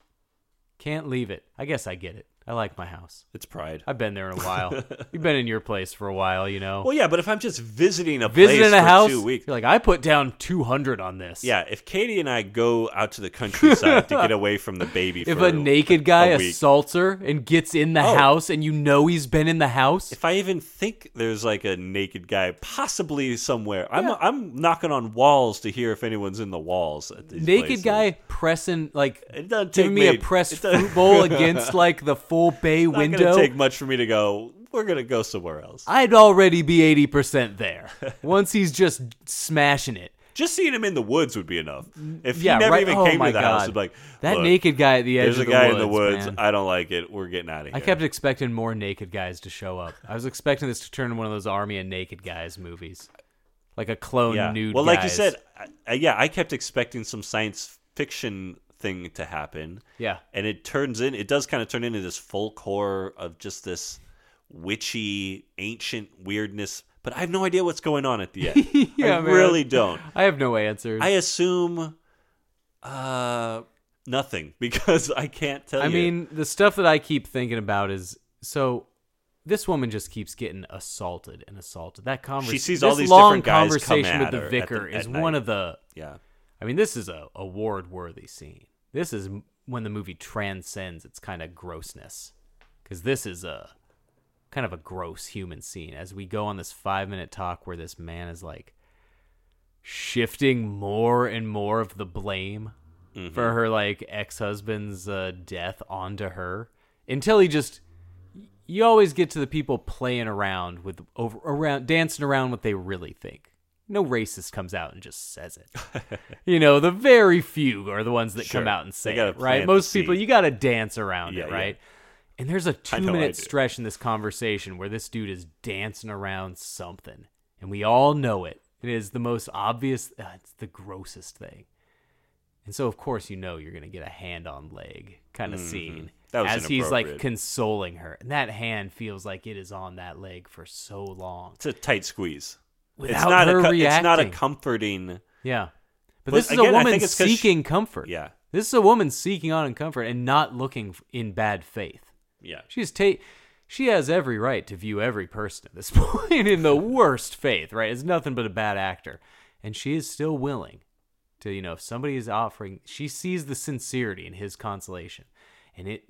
Speaker 1: Can't leave it. I guess I get it. I like my house.
Speaker 2: It's pride.
Speaker 1: I've been there in a while. You've been in your place for a while, you know.
Speaker 2: Well, yeah, but if I'm just visiting a place
Speaker 1: Visiting
Speaker 2: for
Speaker 1: a house,
Speaker 2: two weeks,
Speaker 1: you're like, I put down two hundred on this.
Speaker 2: yeah. If Katie and I go out to the countryside to get away from the baby,
Speaker 1: If
Speaker 2: for
Speaker 1: a naked guy
Speaker 2: a week,
Speaker 1: assaults her and gets in the
Speaker 2: Oh.
Speaker 1: house, and you know he's been in the house,
Speaker 2: if I even think there's like a naked guy possibly somewhere, I'm I'm knocking on walls to hear if anyone's in the walls. At these
Speaker 1: naked
Speaker 2: places.
Speaker 1: guy pressing like
Speaker 2: It doesn't take
Speaker 1: giving me a
Speaker 2: me-
Speaker 1: pressed
Speaker 2: it doesn't-
Speaker 1: fruit bowl against like the full bay
Speaker 2: Not gonna
Speaker 1: window.
Speaker 2: take much for me to go. We're gonna go somewhere else.
Speaker 1: I'd already be 80% there once he's just smashing it.
Speaker 2: Just seeing him in the woods would be enough. If he
Speaker 1: Yeah,
Speaker 2: never
Speaker 1: right-
Speaker 2: even
Speaker 1: oh
Speaker 2: came
Speaker 1: my
Speaker 2: to the house,
Speaker 1: God.
Speaker 2: it'd be like
Speaker 1: That
Speaker 2: "Look,
Speaker 1: naked guy at the edge
Speaker 2: There's
Speaker 1: of
Speaker 2: a
Speaker 1: the
Speaker 2: guy
Speaker 1: woods,
Speaker 2: in the woods.
Speaker 1: man.
Speaker 2: I don't like it. We're getting out of here.
Speaker 1: I kept expecting more naked guys to show up. I was expecting this to turn into one of those army and naked guys movies, like a clone
Speaker 2: yeah.
Speaker 1: nude.
Speaker 2: Well, like you
Speaker 1: guys.
Speaker 2: said, I, I- yeah, I kept expecting some science fiction thing to happen.
Speaker 1: Yeah.
Speaker 2: and it turns in. It does kind of turn into this folk horror of just this witchy, ancient weirdness. But I have no idea what's going on at the end.
Speaker 1: Yeah,
Speaker 2: I
Speaker 1: man.
Speaker 2: really don't.
Speaker 1: I have no answers.
Speaker 2: I assume uh, nothing because I can't tell
Speaker 1: I
Speaker 2: you.
Speaker 1: mean, the stuff that I keep thinking about is so. This woman just keeps getting assaulted and assaulted. That conversation,
Speaker 2: She sees
Speaker 1: this
Speaker 2: all these
Speaker 1: long
Speaker 2: different guys come
Speaker 1: conversation
Speaker 2: at
Speaker 1: with
Speaker 2: her
Speaker 1: the
Speaker 2: at
Speaker 1: vicar
Speaker 2: the- at
Speaker 1: is
Speaker 2: night.
Speaker 1: one of the
Speaker 2: yeah.
Speaker 1: I mean, this is a award worthy scene. This is m- when the movie transcends its kind of grossness, because this is a kind of a gross human scene. As we go on this five minute talk where this man is like shifting more and more of the blame
Speaker 2: Mm-hmm.
Speaker 1: for her like ex husband's uh, death onto her, until he just you always get to the people playing around with over around dancing around what they really think. No racist comes out and just says it. you know, the very few are the ones that
Speaker 2: Sure.
Speaker 1: come out and
Speaker 2: They
Speaker 1: say
Speaker 2: gotta
Speaker 1: it, right?
Speaker 2: plant the
Speaker 1: Most people,
Speaker 2: seed.
Speaker 1: you got to dance around
Speaker 2: Yeah,
Speaker 1: it,
Speaker 2: yeah.
Speaker 1: right? And there's a
Speaker 2: I
Speaker 1: two
Speaker 2: know I
Speaker 1: minute
Speaker 2: do.
Speaker 1: stretch in this conversation where this dude is dancing around something, and we all know it. It is the most obvious, uh, it's the grossest thing. And so, of course, you know you're going to get a hand on leg kind of scene
Speaker 2: Mm-hmm. That was
Speaker 1: as he's like
Speaker 2: inappropriate.
Speaker 1: consoling her. And that hand feels like it is on that leg for so long.
Speaker 2: It's a tight squeeze. it's
Speaker 1: Without
Speaker 2: not
Speaker 1: her
Speaker 2: a co- it's not a
Speaker 1: reacting.
Speaker 2: comforting.
Speaker 1: Yeah. But,
Speaker 2: But
Speaker 1: this is
Speaker 2: again, I
Speaker 1: a woman
Speaker 2: think it's 'cause she-
Speaker 1: seeking comfort.
Speaker 2: Yeah.
Speaker 1: This is a woman seeking on in comfort and not looking f- in bad faith.
Speaker 2: Yeah.
Speaker 1: She's ta- she has every right to view every person at this point in the worst faith, right? It's nothing but a bad actor. And she is still willing to, you know, if somebody is offering, she sees the sincerity in his consolation. And it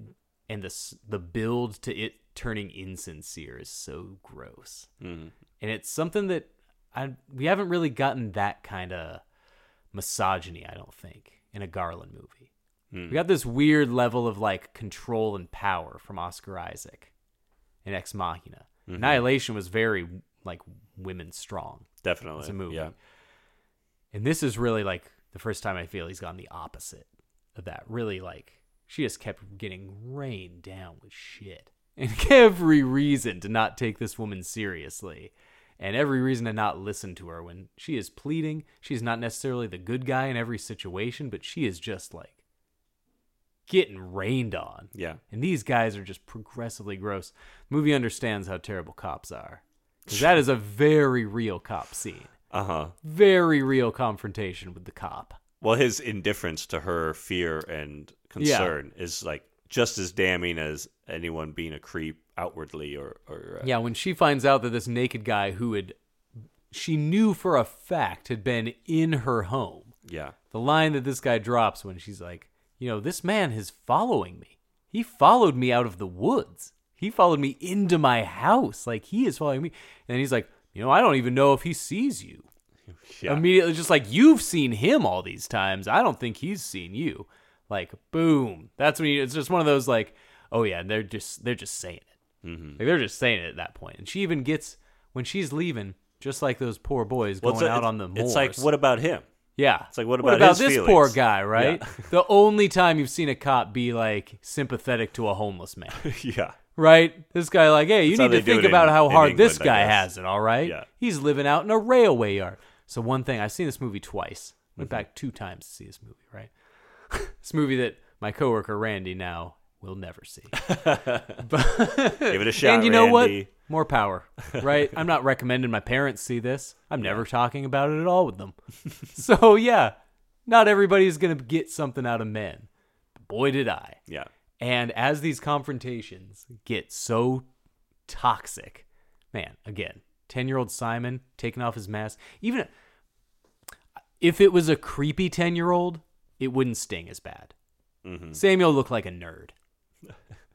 Speaker 1: and the s- the build to it turning insincere is so gross. And it's something that I we haven't really gotten that kind of misogyny, I don't think, in a Garland movie.
Speaker 2: Hmm.
Speaker 1: We got this weird level of like control and power from Oscar Isaac in Ex Machina.
Speaker 2: Mm-hmm.
Speaker 1: Annihilation was very like women strong.
Speaker 2: Definitely.
Speaker 1: It's a movie.
Speaker 2: Oh, Yeah.
Speaker 1: And this is really like the first time I feel he's gone the opposite of that. Really like she just kept getting rained down with shit. And every reason to not take this woman seriously. And every reason to not listen to her when she is pleading. She's not necessarily the good guy in every situation, but she is just like getting rained on.
Speaker 2: Yeah.
Speaker 1: And these guys are just progressively gross. movie understands how terrible cops are. 'Cause That is a very real cop scene
Speaker 2: Uh huh.
Speaker 1: very real confrontation with the cop.
Speaker 2: Well, his indifference to her fear and concern is like just as damning as anyone being a creep outwardly or or uh,
Speaker 1: Yeah, when she finds out that this naked guy who had she knew for a fact had been in her home.
Speaker 2: yeah.
Speaker 1: The line that this guy drops when she's like, you know, this man is following me. He followed me out of the woods. He followed me into my house. Like he is following me. And he's like, you know, I don't even know if he sees you.
Speaker 2: Yeah.
Speaker 1: Immediately just like you've seen him all these times. I don't think he's seen you. Like boom, that's when you. It's just one of those like, oh yeah, they're just they're just saying it.
Speaker 2: Mm-hmm.
Speaker 1: Like they're just saying it at that point. And she even gets when she's leaving, just like those poor boys
Speaker 2: Well,
Speaker 1: going
Speaker 2: it's-
Speaker 1: out
Speaker 2: it's-
Speaker 1: on the.
Speaker 2: It's like,
Speaker 1: moors.
Speaker 2: what about him?
Speaker 1: Yeah. It's
Speaker 2: like, what
Speaker 1: what
Speaker 2: about
Speaker 1: about
Speaker 2: his
Speaker 1: this
Speaker 2: feelings?
Speaker 1: poor guy, right?
Speaker 2: Yeah.
Speaker 1: the only time you've seen a cop be like sympathetic to a homeless man,
Speaker 2: yeah.
Speaker 1: right? This guy, like, hey, you
Speaker 2: That's how
Speaker 1: need
Speaker 2: they
Speaker 1: to
Speaker 2: do
Speaker 1: think
Speaker 2: it in-
Speaker 1: about how
Speaker 2: in
Speaker 1: hard this
Speaker 2: England, I
Speaker 1: guy
Speaker 2: guess.
Speaker 1: has it, all right?
Speaker 2: Yeah.
Speaker 1: He's living out in a railway yard. So, one thing, I've seen this movie twice. Went
Speaker 2: Mm-hmm.
Speaker 1: back two times to see this movie, right? this movie that my coworker Randy now will never see.
Speaker 2: Give it a shot.
Speaker 1: and you know
Speaker 2: Randy.
Speaker 1: what? More power, right? I'm not recommending my parents see this. I'm never talking about it at all with them. so yeah, not everybody's gonna get something out of men. But boy, did I!
Speaker 2: Yeah.
Speaker 1: And as these confrontations get so toxic, man, again, 10 year old Simon taking off his mask, even if it was a creepy 10 year old, it wouldn't sting as bad. Samuel looked like a nerd.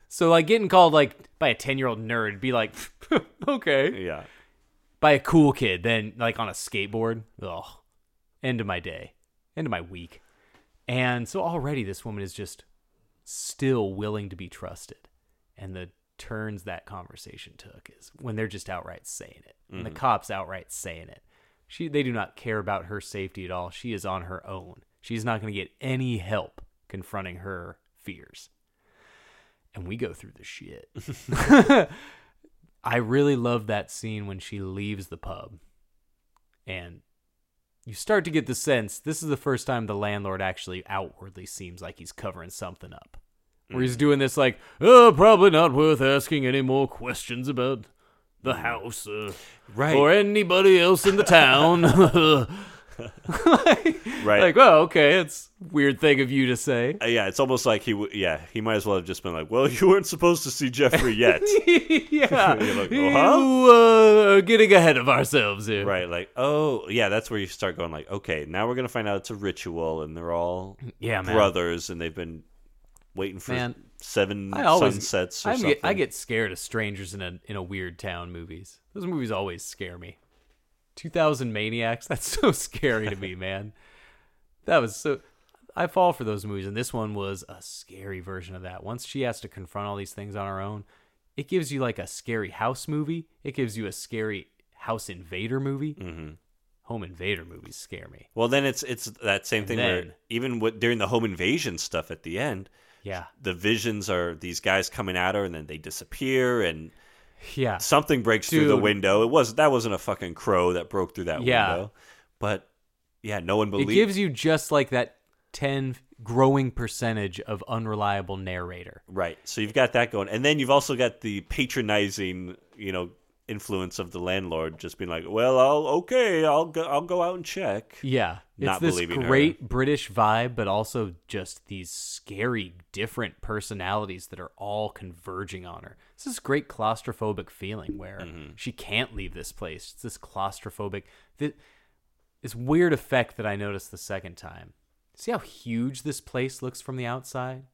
Speaker 1: so, like, getting called like by a 10 year old nerd would be like, okay.
Speaker 2: Yeah.
Speaker 1: By a cool kid, then like on a skateboard, ugh, end of my day, end of my week. And so already this woman is just still willing to be trusted. And the turns that conversation took is when they're just outright saying it. When the cops outright saying it. She they do not care about her safety at all. She is on her own. She's not going to get any help confronting her fears. And we go through the shit. I really love that scene when she leaves the pub. And you start to get the sense this is the first time the landlord actually outwardly seems like he's covering something up. Where
Speaker 2: Mm.
Speaker 1: he's doing this like, oh, probably not worth asking any more questions about the house uh,
Speaker 2: Mm. Right.
Speaker 1: or anybody else in the town.
Speaker 2: Right.
Speaker 1: Like, well, okay, it's a weird thing of you to say.
Speaker 2: Uh, yeah. It's almost like he. W- yeah. He might as well have just been like, "Well, you weren't supposed to see Jeffrey yet."
Speaker 1: yeah.
Speaker 2: You're like,
Speaker 1: You,
Speaker 2: "Uh-huh."
Speaker 1: uh, are getting ahead of ourselves here.
Speaker 2: right. Like, oh, yeah. That's where you start going. Like, okay, now we're gonna find out it's a ritual, and they're all
Speaker 1: Yeah, man.
Speaker 2: brothers, and they've been waiting for
Speaker 1: Man,
Speaker 2: seven
Speaker 1: I always
Speaker 2: sunsets or
Speaker 1: I
Speaker 2: something.
Speaker 1: Get, I get scared of strangers in a in a weird town movies. Those movies always scare me. Two thousand maniacs. That's so scary to me, man. That was so. I fall for those movies, and this one was a scary version of that. Once she has to confront all these things on her own, it gives you like a scary house movie. It gives you a scary house invader movie.
Speaker 2: Mm-hmm.
Speaker 1: Home invader movies scare me.
Speaker 2: Well, then it's it's that same thing
Speaker 1: then-
Speaker 2: where even what during the home invasion stuff at the end,
Speaker 1: Yeah,
Speaker 2: the visions are these guys coming at her, and then they disappear, and
Speaker 1: yeah.
Speaker 2: something breaks through the
Speaker 1: Dude.
Speaker 2: window. It was that wasn't a fucking crow that broke through that
Speaker 1: Yeah.
Speaker 2: window, but yeah, no one believes.
Speaker 1: It gives you just like that 10 growing percentage of unreliable narrator.
Speaker 2: right. So you've got that going, and then you've also got the patronizing, you know, influence of the landlord just being like, "Well, I'll okay, I'll go, I'll go out and check."
Speaker 1: Yeah. It's
Speaker 2: Not
Speaker 1: this
Speaker 2: believing her.
Speaker 1: great British vibe, but also just these scary, different personalities that are all converging on her. It's this great claustrophobic feeling where
Speaker 2: Mm-hmm.
Speaker 1: she can't leave this place. It's this claustrophobic, thi- this weird effect that I noticed the second time. See how huge this place looks from the outside?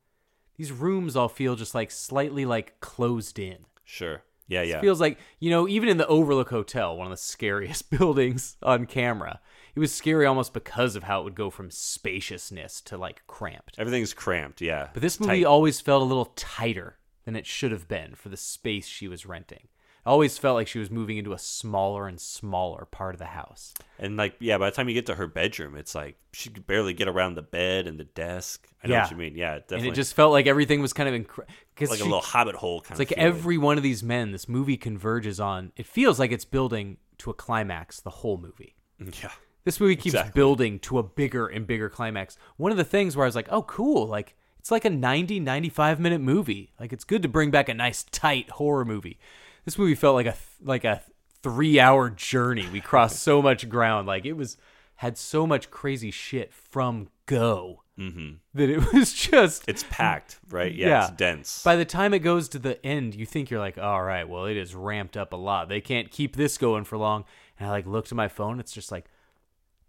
Speaker 1: These rooms all feel just like slightly like closed in.
Speaker 2: Sure. Yeah. Yeah.
Speaker 1: feels like you know even in the overlook hotel one of the scariest buildings on camera it was scary almost because of how it would go from spaciousness to like cramped
Speaker 2: Everything's cramped. Yeah.
Speaker 1: but this
Speaker 2: Tight.
Speaker 1: movie always felt a little tighter than it should have been for the space she was renting it always felt like she was moving into a smaller and smaller part of the house
Speaker 2: And like, yeah, by the time you get to her bedroom, it's like she could barely get around the bed and the desk. I know
Speaker 1: Yeah.
Speaker 2: what you mean. Yeah, definitely.
Speaker 1: and it just felt like everything was kind of incre- cause
Speaker 2: like a
Speaker 1: she-
Speaker 2: little hobbit hole kind
Speaker 1: It's
Speaker 2: of.
Speaker 1: like
Speaker 2: feeling.
Speaker 1: every one of these men this movie converges on it feels like it's building to a climax the whole movie
Speaker 2: Yeah.
Speaker 1: This movie keeps
Speaker 2: Exactly.
Speaker 1: building to a bigger and bigger climax. One of the things where I was like, oh, cool. Like, it's like a 90, 95 minute movie. Like, it's good to bring back a nice, tight horror movie. This movie felt like a, th- like a three hour journey. We crossed so much ground. Like, it was, had so much crazy shit from go that it was just.
Speaker 2: It's packed, right? Yeah,
Speaker 1: Yeah.
Speaker 2: it's dense.
Speaker 1: by the time it goes to the end, you think you're like, all right, well, it is ramped up a lot. They can't keep this going for long. And I like looked at my phone. It's just like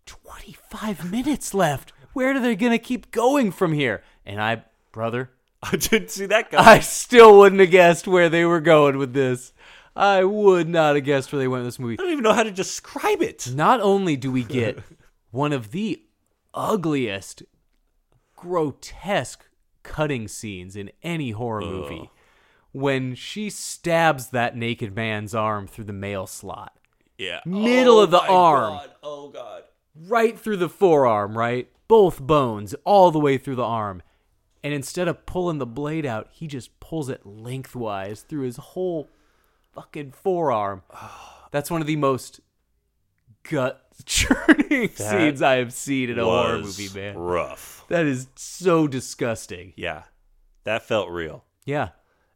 Speaker 1: 25 minutes left. Where are they going to keep going from here? And I, brother,
Speaker 2: I didn't see that guy.
Speaker 1: I still wouldn't have guessed where they were going with this. I would not have guessed where they went with this movie.
Speaker 2: I don't even know how to describe it.
Speaker 1: Not only do we get one of the ugliest, grotesque cutting scenes in any horror movie. When she stabs that naked man's arm through the mail slot,
Speaker 2: Yeah.
Speaker 1: middle of the arm,
Speaker 2: Oh god.
Speaker 1: right through the forearm, right? Both bones, all the way through the arm. And instead of pulling the blade out, he just pulls it lengthwise through his whole fucking forearm. That's one of the most gut churning scenes I have seen in a horror
Speaker 2: Was
Speaker 1: movie, man.
Speaker 2: Rough.
Speaker 1: That is so disgusting.
Speaker 2: Yeah. That felt real.
Speaker 1: Yeah.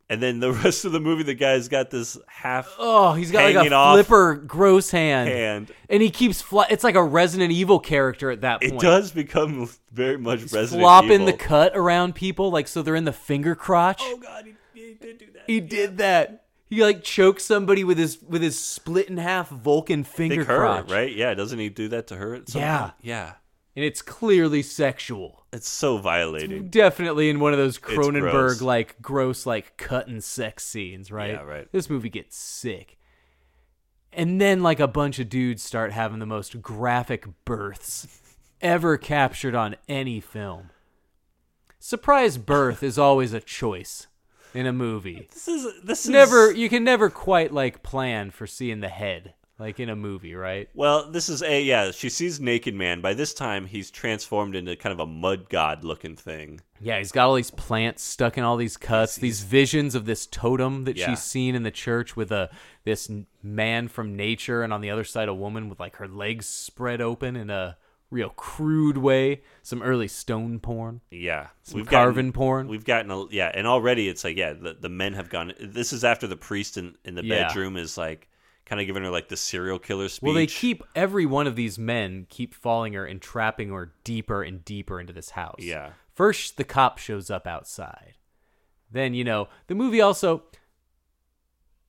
Speaker 2: And then the rest of the movie, the guy's got this half
Speaker 1: Oh, he's got like
Speaker 2: Hanging
Speaker 1: a
Speaker 2: off
Speaker 1: flipper, gross hand,
Speaker 2: hand.
Speaker 1: and he keeps fly. It's like a Resident Evil character at that
Speaker 2: It
Speaker 1: point.
Speaker 2: does become very much
Speaker 1: He's
Speaker 2: Resident
Speaker 1: flopping
Speaker 2: Evil.
Speaker 1: the cut around people, like so they're in the finger crotch.
Speaker 2: Oh god, he, he did do that.
Speaker 1: He did that. He like choked somebody with his with his split in half Vulcan
Speaker 2: I
Speaker 1: finger
Speaker 2: think her,
Speaker 1: crotch,
Speaker 2: right? Yeah, doesn't he do that to her? At some
Speaker 1: Yeah.
Speaker 2: point? yeah.
Speaker 1: And it's clearly sexual.
Speaker 2: It's so violating.
Speaker 1: Definitely in one of those
Speaker 2: gross.
Speaker 1: Cronenberg like gross like cut and sex scenes, right?
Speaker 2: Yeah, right.
Speaker 1: This movie gets sick. And then like a bunch of dudes start having the most graphic births ever captured on any film. Surprise birth is always a choice in a movie.
Speaker 2: This is this is
Speaker 1: never you can never quite like plan for seeing the head like in a movie, right?
Speaker 2: Well, this is a yeah. She sees naked man. By this time, he's transformed into kind of a mud god looking thing.
Speaker 1: Yeah, he's got all these plants stuck in all these cuts, these visions of this totem that
Speaker 2: Yeah.
Speaker 1: she's seen in the church with a this n- man from nature and on the other side a woman with like her legs spread open in a real crude way, some early stone porn.
Speaker 2: Yeah,
Speaker 1: Some carving
Speaker 2: gotten,
Speaker 1: porn.
Speaker 2: We've gotten a yeah, and already it's like yeah, the, the men have gone. This is after the priest in in the
Speaker 1: Yeah.
Speaker 2: bedroom is like kind of giving her like the serial killer speech.
Speaker 1: Well, they keep every one of these men keep falling her and trapping her deeper and deeper into this house.
Speaker 2: Yeah.
Speaker 1: First, the cop shows up outside. Then, you know, the movie also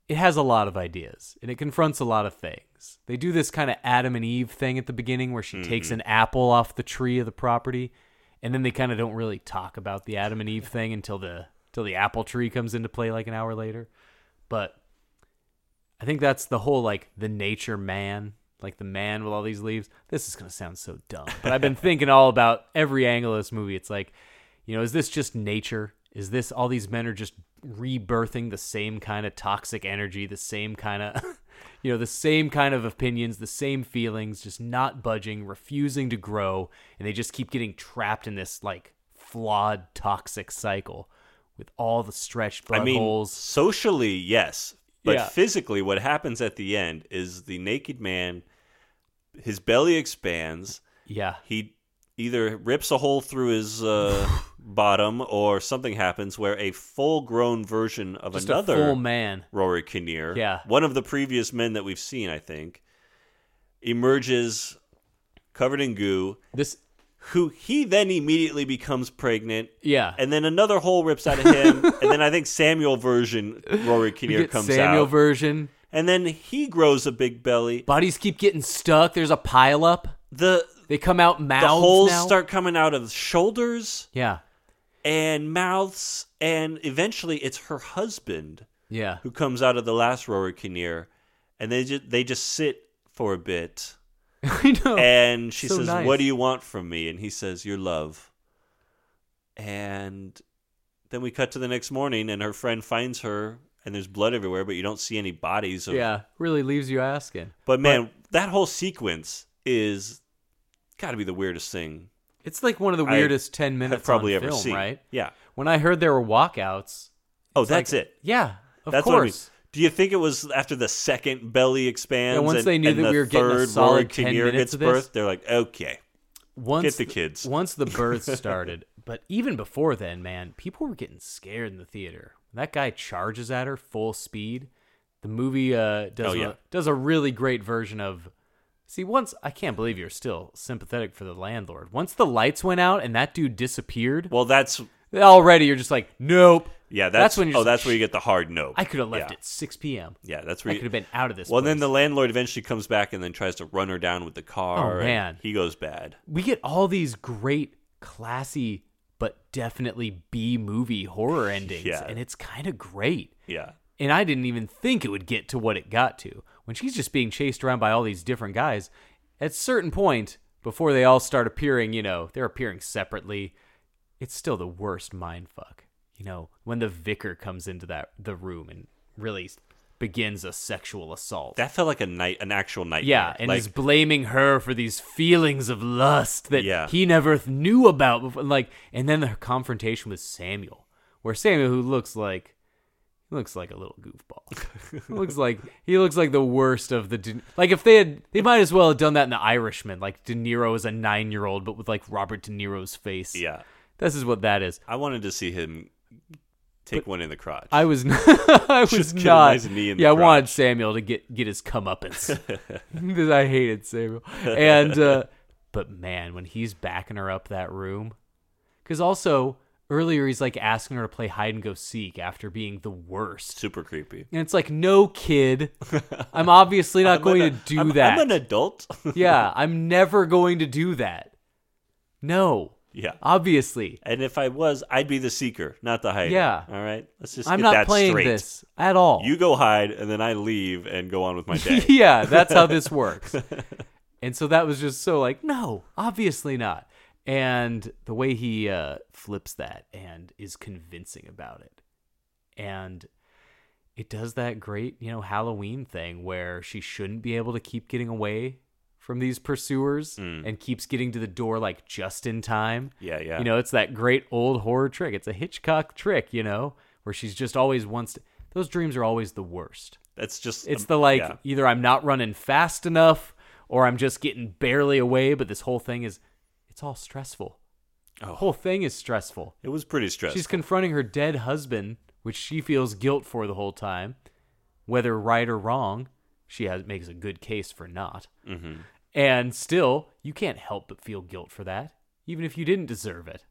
Speaker 1: it has a lot of ideas and it confronts a lot of things. They do this kind of Adam and Eve thing at the beginning where
Speaker 2: Mm-hmm.
Speaker 1: she takes an apple off the tree of the property and then they kind of don't really talk about the Adam and Eve thing until the till the apple tree comes into play like an hour later. But I think that's the whole like the nature man, like the man with all these leaves. This is going to sound so dumb, but I've been thinking all about every angle of this movie. It's like, you know, is this just nature? Is this all these men are just rebirthing the same kind of toxic energy, the same kind of, you know, the same kind of opinions, the same feelings, just not budging, refusing to grow, and they just keep getting trapped in this like flawed toxic cycle with all the stretched buttholes.
Speaker 2: I mean, socially, yes, but
Speaker 1: Yeah.
Speaker 2: physically, what happens at the end is the naked man, his belly expands.
Speaker 1: yeah.
Speaker 2: he either rips a hole through his uh, bottom or something happens where a full grown version of
Speaker 1: Just
Speaker 2: another
Speaker 1: a full man.
Speaker 2: Rory Kinnear,
Speaker 1: Yeah.
Speaker 2: one of the previous men that we've seen, I think, emerges covered in goo,
Speaker 1: This
Speaker 2: who he then immediately becomes pregnant.
Speaker 1: yeah.
Speaker 2: And then another hole rips out of him, and then I think Samuel version Rory
Speaker 1: You
Speaker 2: Kinnear
Speaker 1: get
Speaker 2: comes
Speaker 1: Samuel
Speaker 2: out,
Speaker 1: version.
Speaker 2: and then he grows a big belly.
Speaker 1: Bodies keep getting stuck. There's a pile up.
Speaker 2: The
Speaker 1: They come out
Speaker 2: the
Speaker 1: mouths
Speaker 2: holes
Speaker 1: now.
Speaker 2: start coming out of shoulders.
Speaker 1: Yeah.
Speaker 2: and mouths, and eventually it's her husband
Speaker 1: Yeah.
Speaker 2: who comes out of the last Rory Kinnear, and they just they just sit for a bit,
Speaker 1: I know.
Speaker 2: and she
Speaker 1: so
Speaker 2: says,
Speaker 1: nice.
Speaker 2: "What do you want from me?" And he says, "Your love." And then we cut to the next morning, and her friend finds her, and there's blood everywhere, but you don't see any bodies. Of,
Speaker 1: yeah. Really leaves you asking.
Speaker 2: But man, that whole sequence is got to be the weirdest thing
Speaker 1: It's like one of the
Speaker 2: I
Speaker 1: weirdest 10 minutes
Speaker 2: I've probably
Speaker 1: on
Speaker 2: ever
Speaker 1: film,
Speaker 2: seen.
Speaker 1: right?
Speaker 2: Yeah.
Speaker 1: When I heard there were walkouts.
Speaker 2: Oh,
Speaker 1: it's
Speaker 2: that's
Speaker 1: like-
Speaker 2: it.
Speaker 1: Yeah. Of
Speaker 2: That's what I mean.
Speaker 1: course.
Speaker 2: Do you think it was after the second belly expands?
Speaker 1: Yeah, once they knew
Speaker 2: and
Speaker 1: that
Speaker 2: the
Speaker 1: we were getting a
Speaker 2: third
Speaker 1: solid
Speaker 2: Rory
Speaker 1: 10
Speaker 2: Kinnear
Speaker 1: minutes
Speaker 2: gets
Speaker 1: of this?
Speaker 2: birth, they're like, okay,
Speaker 1: once
Speaker 2: Get the kids.
Speaker 1: once the birth started but even before then man people were getting scared in the theater that guy charges at her full speed the movie uh, does,
Speaker 2: Oh, yeah.
Speaker 1: a, does a really great version of see once i can't believe you're still sympathetic for the landlord once the lights went out and that dude disappeared
Speaker 2: well, that's
Speaker 1: already you're just like nope
Speaker 2: yeah, that's, when
Speaker 1: when you're
Speaker 2: oh,
Speaker 1: just
Speaker 2: that's
Speaker 1: like,
Speaker 2: where you get the hard no.
Speaker 1: i could have left
Speaker 2: yeah.
Speaker 1: at 6 p.m
Speaker 2: Yeah, that's
Speaker 1: i
Speaker 2: where
Speaker 1: could have been out of this
Speaker 2: Well, then
Speaker 1: place.
Speaker 2: the landlord eventually comes back and then tries to run her down with the car.
Speaker 1: Oh,
Speaker 2: and
Speaker 1: man.
Speaker 2: he goes bad.
Speaker 1: we get all these great classy but definitely B movie horror endings
Speaker 2: Yeah.
Speaker 1: and it's kind of great.
Speaker 2: Yeah,
Speaker 1: And I didn't even think it would get to what it got to. When she's just being chased around by all these different guys, at certain point before they all start appearing, you know, they're appearing separately. it's still the worst mind fuck. You know, when the vicar comes into that the room and really s- begins a sexual assault.
Speaker 2: That felt like a night, an actual nightmare.
Speaker 1: yeah, and
Speaker 2: like,
Speaker 1: is blaming her for these feelings of lust that
Speaker 2: Yeah.
Speaker 1: he never th- knew about before. Like, and then the confrontation with Samuel, where Samuel, who looks like he looks like a little goofball, He looks like he looks like the worst of the. De- like, if they had, they might as well have done that in The Irishman. Like, De Niro is a nine year old, but with like Robert De Niro's face.
Speaker 2: yeah,
Speaker 1: this is what that is.
Speaker 2: I wanted to see him take one in the crotch.
Speaker 1: I was not. I was
Speaker 2: Just get a
Speaker 1: not.
Speaker 2: nice knee in the
Speaker 1: yeah, I wanted
Speaker 2: crotch.
Speaker 1: Samuel to get get his comeuppance. 'Cause I hated Samuel, and uh, but man, when he's backing her up that room, because also earlier he's like asking her to play hide and go seek after being the worst,
Speaker 2: Super creepy.
Speaker 1: and it's like, no kid, I'm obviously not
Speaker 2: I'm
Speaker 1: going
Speaker 2: an-
Speaker 1: to do
Speaker 2: I'm-
Speaker 1: that.
Speaker 2: I'm an adult.
Speaker 1: yeah, I'm never going to do that. No,
Speaker 2: yeah.
Speaker 1: obviously,
Speaker 2: And if I was, I'd be the seeker, not the hider.
Speaker 1: Yeah.
Speaker 2: All right. Let's just
Speaker 1: I'm
Speaker 2: get
Speaker 1: not
Speaker 2: that
Speaker 1: playing
Speaker 2: straight.
Speaker 1: this at all.
Speaker 2: You go hide, and then I leave and go on with my day.
Speaker 1: yeah, that's how this works. and so that was just so like, no, obviously not. And the way he uh, flips that and is convincing about it. And it does that great, you know, Halloween thing where she shouldn't be able to keep getting away from these pursuers and keeps getting to the door like just in time.
Speaker 2: Mm. Yeah, yeah.
Speaker 1: You know, it's that great old horror trick. It's a Hitchcock trick, you know, where she's just always wants to. Those dreams are always the worst.
Speaker 2: That's just. um,
Speaker 1: It's the like
Speaker 2: yeah.
Speaker 1: either I'm not running fast enough or I'm just getting barely away, but this whole thing is it's all stressful. The whole thing is stressful.
Speaker 2: It was pretty Oh. stressful.
Speaker 1: She's confronting her dead husband, which she feels guilt for the whole time, whether right or wrong. She has makes a good case for not.
Speaker 2: Mm-hmm.
Speaker 1: And still, you can't help but feel guilt for that, even if you didn't deserve it.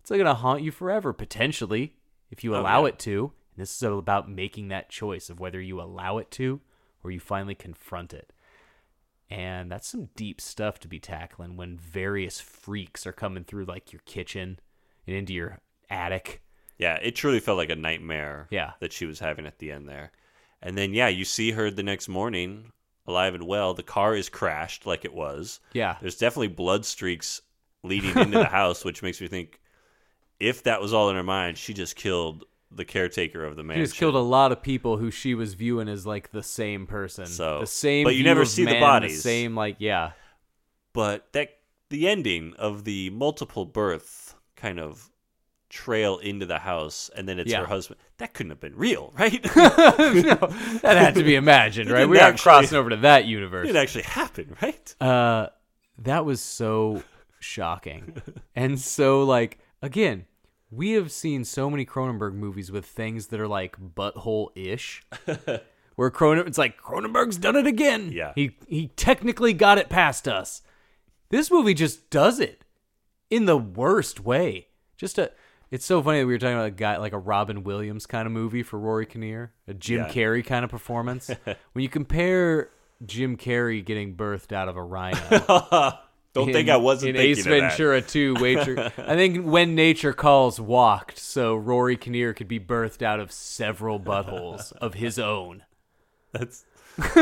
Speaker 1: It's going to haunt you forever, potentially, if you
Speaker 2: Oh,
Speaker 1: allow
Speaker 2: yeah.
Speaker 1: it to. And this is about making that choice of whether you allow it to or you finally confront it. And that's some deep stuff to be tackling when various freaks are coming through, like your kitchen and into your attic.
Speaker 2: Yeah, it truly felt like a nightmare.
Speaker 1: Yeah.
Speaker 2: that she was having at the end there, and then yeah, you see her the next morning, alive and well. The car is crashed like it was.
Speaker 1: Yeah.
Speaker 2: there's definitely blood streaks leading into the house, which makes me think if that was all in her mind, she just killed the caretaker of the
Speaker 1: She
Speaker 2: mansion.
Speaker 1: just killed a lot of people who she was viewing as like the same person.
Speaker 2: So-
Speaker 1: the same,
Speaker 2: but you
Speaker 1: view
Speaker 2: never
Speaker 1: of
Speaker 2: see the
Speaker 1: man,
Speaker 2: bodies.
Speaker 1: same, like yeah,
Speaker 2: but that the ending of the multiple birth kind of trail into the house and then it's
Speaker 1: Yeah.
Speaker 2: her husband that couldn't have been real right
Speaker 1: that had to be imagined,
Speaker 2: It
Speaker 1: right?
Speaker 2: didn't
Speaker 1: We aren't
Speaker 2: actually-
Speaker 1: crossing over to that
Speaker 2: it
Speaker 1: universe.
Speaker 2: actually happened right
Speaker 1: Uh, that was so shocking, and so like again, we have seen so many Cronenberg movies with things that are like butthole ish. Where Cronen, it's like Cronenberg's done it again.
Speaker 2: Yeah.
Speaker 1: he he technically got it past us. This movie just does it in the worst way. Just a. It's so funny that we were talking about a guy like a Robin Williams kind of movie for Rory Kinnear, a Jim
Speaker 2: Yeah.
Speaker 1: Carrey kind of performance. when you compare Jim Carrey getting birthed out of a rhino,
Speaker 2: don't think i
Speaker 1: in-
Speaker 2: wasn't
Speaker 1: in
Speaker 2: thinking
Speaker 1: Ace
Speaker 2: of that.
Speaker 1: Ventura 2, Waiter. I think When Nature Calls walked, so Rory Kinnear could be birthed out of several buttholes of his own.
Speaker 2: that's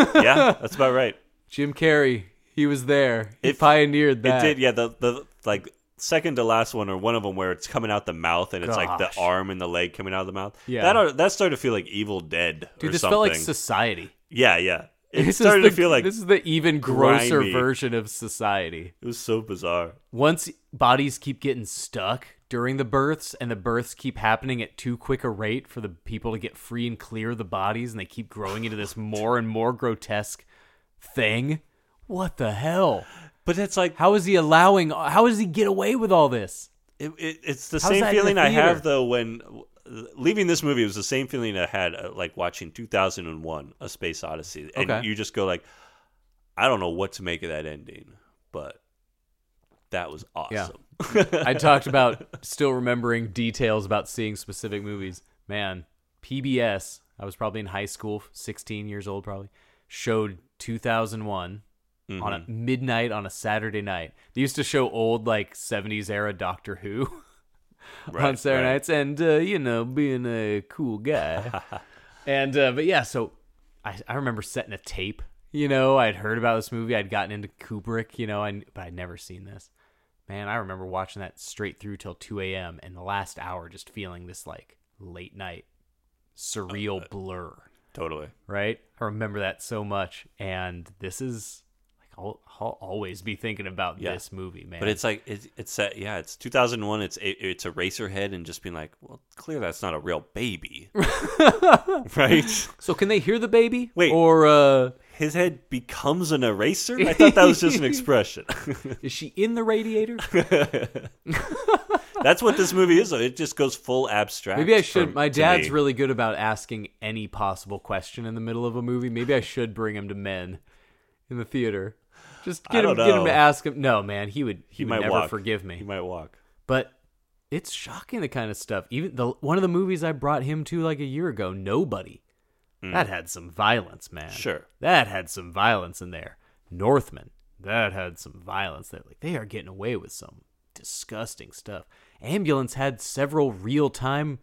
Speaker 2: yeah that's about right
Speaker 1: Jim Carrey, he was there. He
Speaker 2: If-
Speaker 1: pioneered
Speaker 2: it
Speaker 1: that.
Speaker 2: did yeah the the like second to last one or one of them where it's coming out the mouth and it's like
Speaker 1: Gosh.
Speaker 2: the arm and the leg coming out of the mouth
Speaker 1: Yeah.
Speaker 2: that are, that started to feel like evil dead
Speaker 1: Dude,
Speaker 2: or
Speaker 1: this
Speaker 2: something
Speaker 1: felt like society.
Speaker 2: yeah yeah it
Speaker 1: This is
Speaker 2: started
Speaker 1: the-
Speaker 2: to feel like
Speaker 1: this is the even grosser
Speaker 2: grimy.
Speaker 1: version of society.
Speaker 2: it was so bizarre
Speaker 1: once bodies keep getting stuck during the births and the births keep happening at too quick a rate for the people to get free and clear the bodies and they keep growing into this more and more grotesque thing what the hell
Speaker 2: but it's like
Speaker 1: how is he allowing how does he get away with all this
Speaker 2: It, it, it's the
Speaker 1: How's
Speaker 2: same
Speaker 1: that in the
Speaker 2: feeling I have
Speaker 1: theater?
Speaker 2: though when leaving this movie. It was the same feeling I had uh, like watching 2001: A Space Odyssey, and
Speaker 1: Okay.
Speaker 2: you just go like, I don't know what to make of that ending, but that was awesome.
Speaker 1: i talked about still remembering details about seeing specific movies man pbs i was probably in high school 16 years old probably showed 2001 on a
Speaker 2: Mm-hmm.
Speaker 1: midnight on a Saturday night. They used to show old like 70s era Doctor Who on
Speaker 2: Right,
Speaker 1: Saturday
Speaker 2: right.
Speaker 1: nights and uh, you know being a cool guy. and uh, but yeah, so I I remember setting a tape. You know, I'd heard about this movie. I'd gotten into Kubrick, you know, I, but I'd never seen this. Man, I remember watching that straight through till 2 a.m. and the last hour just feeling this like late night
Speaker 2: Uh,
Speaker 1: surreal blur,
Speaker 2: Totally.
Speaker 1: right? I remember that so much. And this is like, I'll, I'll always be thinking about
Speaker 2: Yeah.
Speaker 1: this movie, man.
Speaker 2: But it's like it's it's that yeah, it's 2001. It's a, it's a racer head and just being like, well, clear that's not a real baby, right?
Speaker 1: so can they hear the baby?
Speaker 2: Wait.
Speaker 1: Or uh,
Speaker 2: His head becomes an eraser. I thought that was just an expression.
Speaker 1: is she in the radiator?
Speaker 2: that's what this movie is. though. It just goes full abstract.
Speaker 1: Maybe I
Speaker 2: for-
Speaker 1: should. My
Speaker 2: to
Speaker 1: dad's
Speaker 2: me.
Speaker 1: really good about asking any possible question in the middle of a movie. Maybe I should bring him to men in the theater. Just
Speaker 2: I
Speaker 1: get
Speaker 2: don't
Speaker 1: him, get him to
Speaker 2: know.
Speaker 1: ask him. No, man, he would. He,
Speaker 2: He
Speaker 1: would
Speaker 2: might
Speaker 1: never
Speaker 2: walk.
Speaker 1: forgive me.
Speaker 2: He might walk.
Speaker 1: But it's shocking the kind of stuff. Even the one of the movies I brought him to like a year ago, Nobody. That had some violence, man.
Speaker 2: Sure.
Speaker 1: That had some violence in there. Northman. That had some violence there. Like they are getting away with some disgusting stuff. Ambulance had several real-time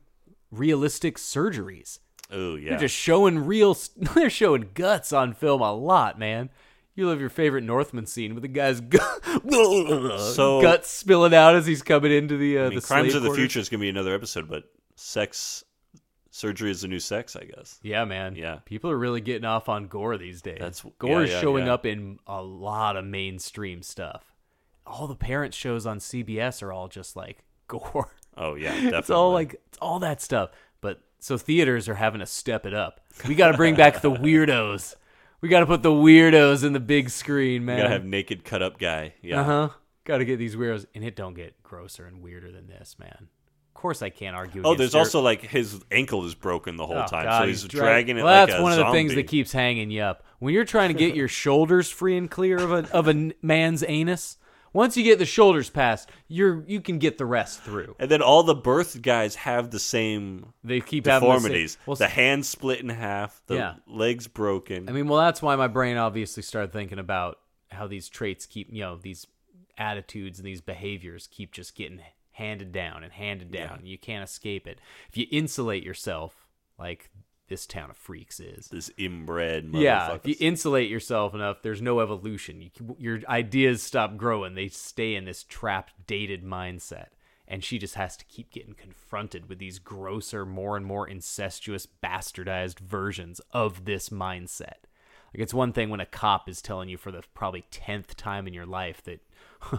Speaker 1: realistic surgeries.
Speaker 2: Oh yeah.
Speaker 1: They're just showing real s- they're showing guts on film a lot, man. You love your favorite Northman scene with the guy's gu-
Speaker 2: So-
Speaker 1: guts spilling out as he's coming into the uh,
Speaker 2: I mean,
Speaker 1: the
Speaker 2: crimes
Speaker 1: slave
Speaker 2: of the
Speaker 1: quarters.
Speaker 2: future is going to be another episode, but sex surgery is the new sex, I guess.
Speaker 1: Yeah, man.
Speaker 2: Yeah.
Speaker 1: People are really getting off on gore these days.
Speaker 2: That's-
Speaker 1: gore
Speaker 2: yeah,
Speaker 1: is
Speaker 2: yeah,
Speaker 1: showing
Speaker 2: yeah.
Speaker 1: up in a lot of mainstream stuff. All the parent shows on CBS are all just like gore.
Speaker 2: Oh yeah, definitely.
Speaker 1: It's all like it's all that stuff. But so theaters are having to step it up. We got to bring back the weirdos. We got to put the weirdos in the big screen,
Speaker 2: you
Speaker 1: man.
Speaker 2: gotta have naked cut up guy. Yeah.
Speaker 1: Uh huh. Got to get these weirdos, and it don't get grosser and weirder than this, man. Of course, I can't argue.
Speaker 2: Oh,
Speaker 1: against
Speaker 2: there's
Speaker 1: your-
Speaker 2: also like his ankle is broken the whole
Speaker 1: Oh,
Speaker 2: time,
Speaker 1: God,
Speaker 2: so he's,
Speaker 1: drag-
Speaker 2: dragging it.
Speaker 1: Well,
Speaker 2: like
Speaker 1: that's
Speaker 2: a
Speaker 1: one of the things
Speaker 2: zombie.
Speaker 1: that keeps hanging you up. When you're trying to get your shoulders free and clear of a of a n- man's anus, once you get the shoulders past, you're you can get the rest through.
Speaker 2: And then all the birth guys have the same
Speaker 1: They keep having the same-
Speaker 2: deformities.
Speaker 1: well,
Speaker 2: the hand split in half, the
Speaker 1: Yeah.
Speaker 2: legs broken.
Speaker 1: I mean, well, that's why my brain obviously started thinking about how these traits keep, you know, these attitudes and these behaviors keep just getting handed down and handed down. You can't escape it. If you insulate yourself, like this town of freaks is,
Speaker 2: this inbred motherfucker.
Speaker 1: yeah, if you insulate yourself enough, there's no evolution. You, your ideas stop growing; they stay in this trapped, dated mindset. And she just has to keep getting confronted with these grosser, more and more incestuous, bastardized versions of this mindset. Like it's one thing when a cop is telling you for the probably tenth time in your life that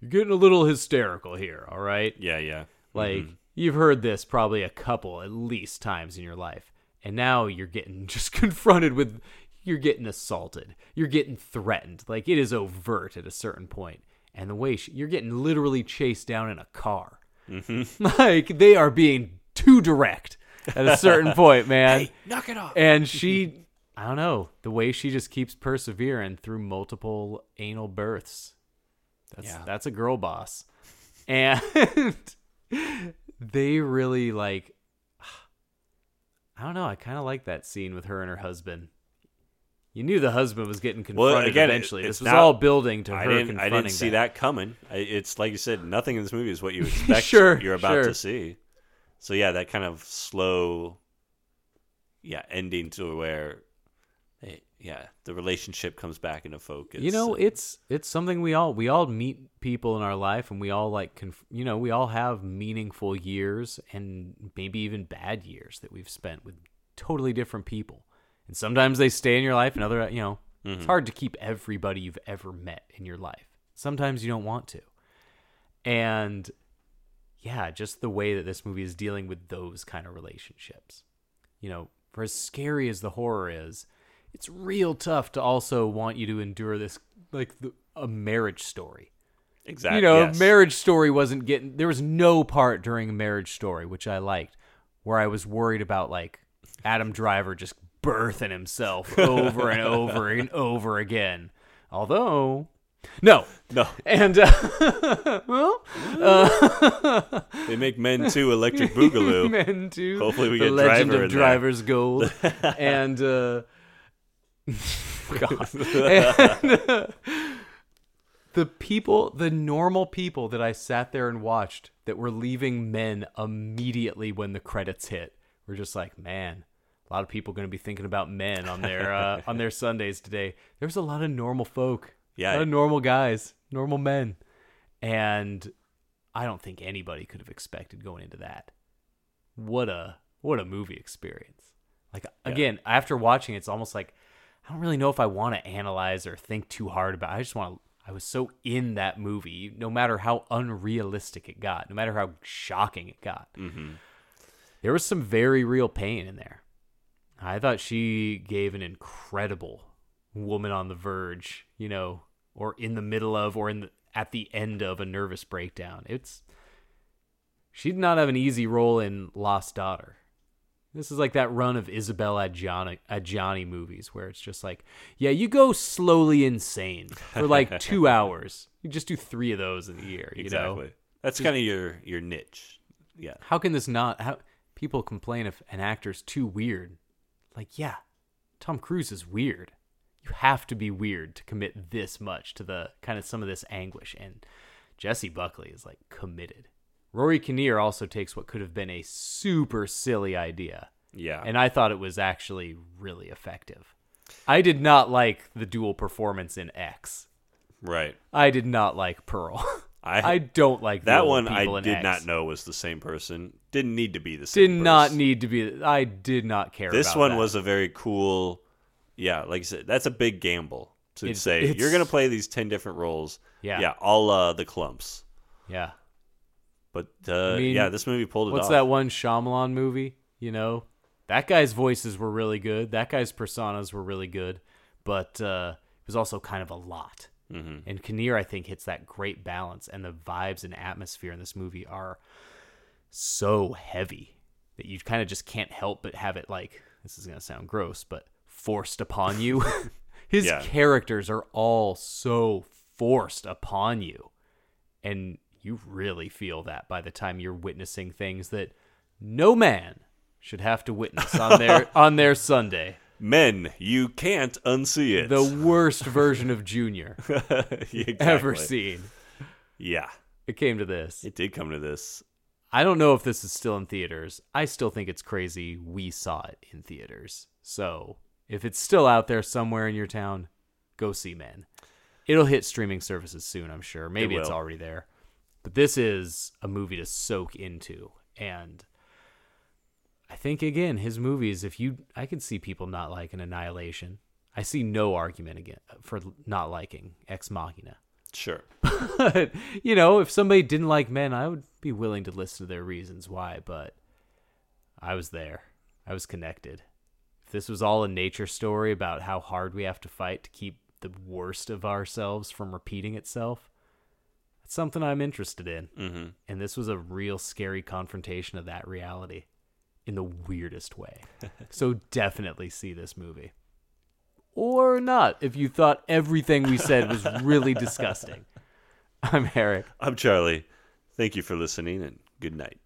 Speaker 1: you're getting a little hysterical here. All right,
Speaker 2: yeah, yeah. Mm-hmm.
Speaker 1: like you've heard this probably a couple at least times in your life. And now you're getting just confronted with you're getting assaulted. You're getting threatened. Like it is overt at a certain point. And the way she, you're getting literally chased down in a car.
Speaker 2: Mm-hmm.
Speaker 1: Like they are being too direct at a certain point, man.
Speaker 2: Knock it off.
Speaker 1: And she I don't know, the way she just keeps persevering through multiple anal births. That's
Speaker 2: Yeah.
Speaker 1: that's a girl boss. And they really like I don't know, I kind of like that scene with her and her husband. You knew the husband was getting confronted
Speaker 2: again, it-
Speaker 1: eventually.
Speaker 2: it's
Speaker 1: this was
Speaker 2: not-
Speaker 1: all building to
Speaker 2: I
Speaker 1: her
Speaker 2: didn't. I
Speaker 1: confronting
Speaker 2: didn't see that, coming. I, it's like you said, nothing in this movie is what you expect.
Speaker 1: Sure,
Speaker 2: you're about
Speaker 1: sure.
Speaker 2: to see. So yeah, that kind of slow, yeah, ending to where, eh, yeah, the relationship comes back into focus.
Speaker 1: you know
Speaker 2: and-
Speaker 1: it's it's something we all we all meet people in our life and we all like conf- you know we all have meaningful years and maybe even bad years that we've spent with totally different people and sometimes they stay in your life and other you know it's hard to keep everybody you've ever met in your life sometimes you don't want to and yeah just the way that this movie is dealing with those kind of relationships you know, for as scary as the horror is, it's real tough to also want you to endure this like the, a marriage story.
Speaker 2: exactly.
Speaker 1: you know,
Speaker 2: yes.
Speaker 1: marriage story wasn't getting there was no part during a marriage story which I liked where I was worried about like Adam Driver just birthing himself over and over and over again. Although no,
Speaker 2: No,
Speaker 1: and uh, well, uh,
Speaker 2: they make Men Too Electric Boogaloo.
Speaker 1: Men too.
Speaker 2: Hopefully we
Speaker 1: the
Speaker 2: get
Speaker 1: Legend
Speaker 2: Driver
Speaker 1: of
Speaker 2: in there.
Speaker 1: Driver's Gold. and uh God. And, uh, the people, the normal people that I sat there and watched that were leaving men immediately when the credits hit were just like, man, a lot of people going to be thinking about men on their uh, on their Sundays today. There was a lot of normal folk,
Speaker 2: Yeah.
Speaker 1: a lot of normal guys, normal men, and I don't think anybody could have expected going into that. What a what a movie experience. Like again, after watching it, it's almost like I don't really know if I want to analyze or think too hard about. It. I just want to I was so in that movie, no matter how unrealistic it got, no matter how shocking it got. There was some very real pain in there. I thought she gave an incredible woman on the verge, you know, or in the middle of, or in the, at the end of a nervous breakdown. It's she did not have an easy role in Lost Daughter. This is like that run of Isabel Adjani, Adjani movies where it's just like, yeah, you go slowly insane for like two hours. You just do three of those in a year, you
Speaker 2: exactly.
Speaker 1: know?
Speaker 2: That's kind of your your niche. Yeah.
Speaker 1: How can this not? How people complain if an actor's too weird? Like, yeah, Tom Cruise is weird. You have to be weird to commit this much to the kind of some of this anguish. And Jesse Buckley is like committed. Rory Kinnear also takes what could have been a super silly idea,
Speaker 2: Yeah.
Speaker 1: and I thought it was actually really effective. I did not like the dual performance in X.
Speaker 2: right.
Speaker 1: I did not like Pearl.
Speaker 2: I-
Speaker 1: I, don't like the
Speaker 2: That
Speaker 1: old
Speaker 2: one I
Speaker 1: people in
Speaker 2: did
Speaker 1: X.
Speaker 2: not know was the same person. Didn't need to be the same.
Speaker 1: did not
Speaker 2: person.
Speaker 1: need to be. I did not care.
Speaker 2: This
Speaker 1: about
Speaker 2: one
Speaker 1: that.
Speaker 2: was a very cool. Yeah, like you said, that's a big gamble to
Speaker 1: It's-
Speaker 2: say
Speaker 1: it's-
Speaker 2: you're going to play these ten different roles.
Speaker 1: Yeah.
Speaker 2: Yeah, all uh, the clumps.
Speaker 1: yeah.
Speaker 2: But uh,
Speaker 1: I mean,
Speaker 2: yeah, this movie pulled it
Speaker 1: What's
Speaker 2: off.
Speaker 1: that one Shyamalan movie? You know, that guy's voices were really good. That guy's personas were really good, but uh, it was also kind of a lot. Mm-hmm. And Kinnear, I think, hits that great balance, and the vibes and atmosphere in this movie are so heavy that you kind of just can't help but have it like this is gonna sound gross, but forced upon you. His
Speaker 2: Yeah.
Speaker 1: characters are all so forced upon you. And you really feel that by the time you're witnessing things that no man should have to witness on their on their Sunday.
Speaker 2: Men, you can't unsee it.
Speaker 1: The worst version of Junior
Speaker 2: Exactly.
Speaker 1: ever seen.
Speaker 2: Yeah,
Speaker 1: It came to this.
Speaker 2: it did come to this.
Speaker 1: I don't know if this is still in theaters. I still think it's crazy we saw it in theaters. So, if it's still out there somewhere in your town, go see Men. It'll hit streaming services soon, I'm sure. Maybe it's
Speaker 2: will.
Speaker 1: already there. But this is a movie to soak into and I think again, his movies if you I could see people not liking Annihilation. I see no argument again uh, for not liking Ex Machina
Speaker 2: Sure.
Speaker 1: but you know, if somebody didn't like men, I would be willing to listen to their reasons why. But I was there. I was connected. If this was all a nature story about how hard we have to fight to keep the worst of ourselves from repeating itself, that's something I'm interested in. Mm-hmm. And this was a real scary confrontation of that reality in the weirdest way. so definitely see this movie. Or not, if you thought everything we said was really disgusting. I'm Eric.
Speaker 2: I'm Charlie. Thank you for listening and good night.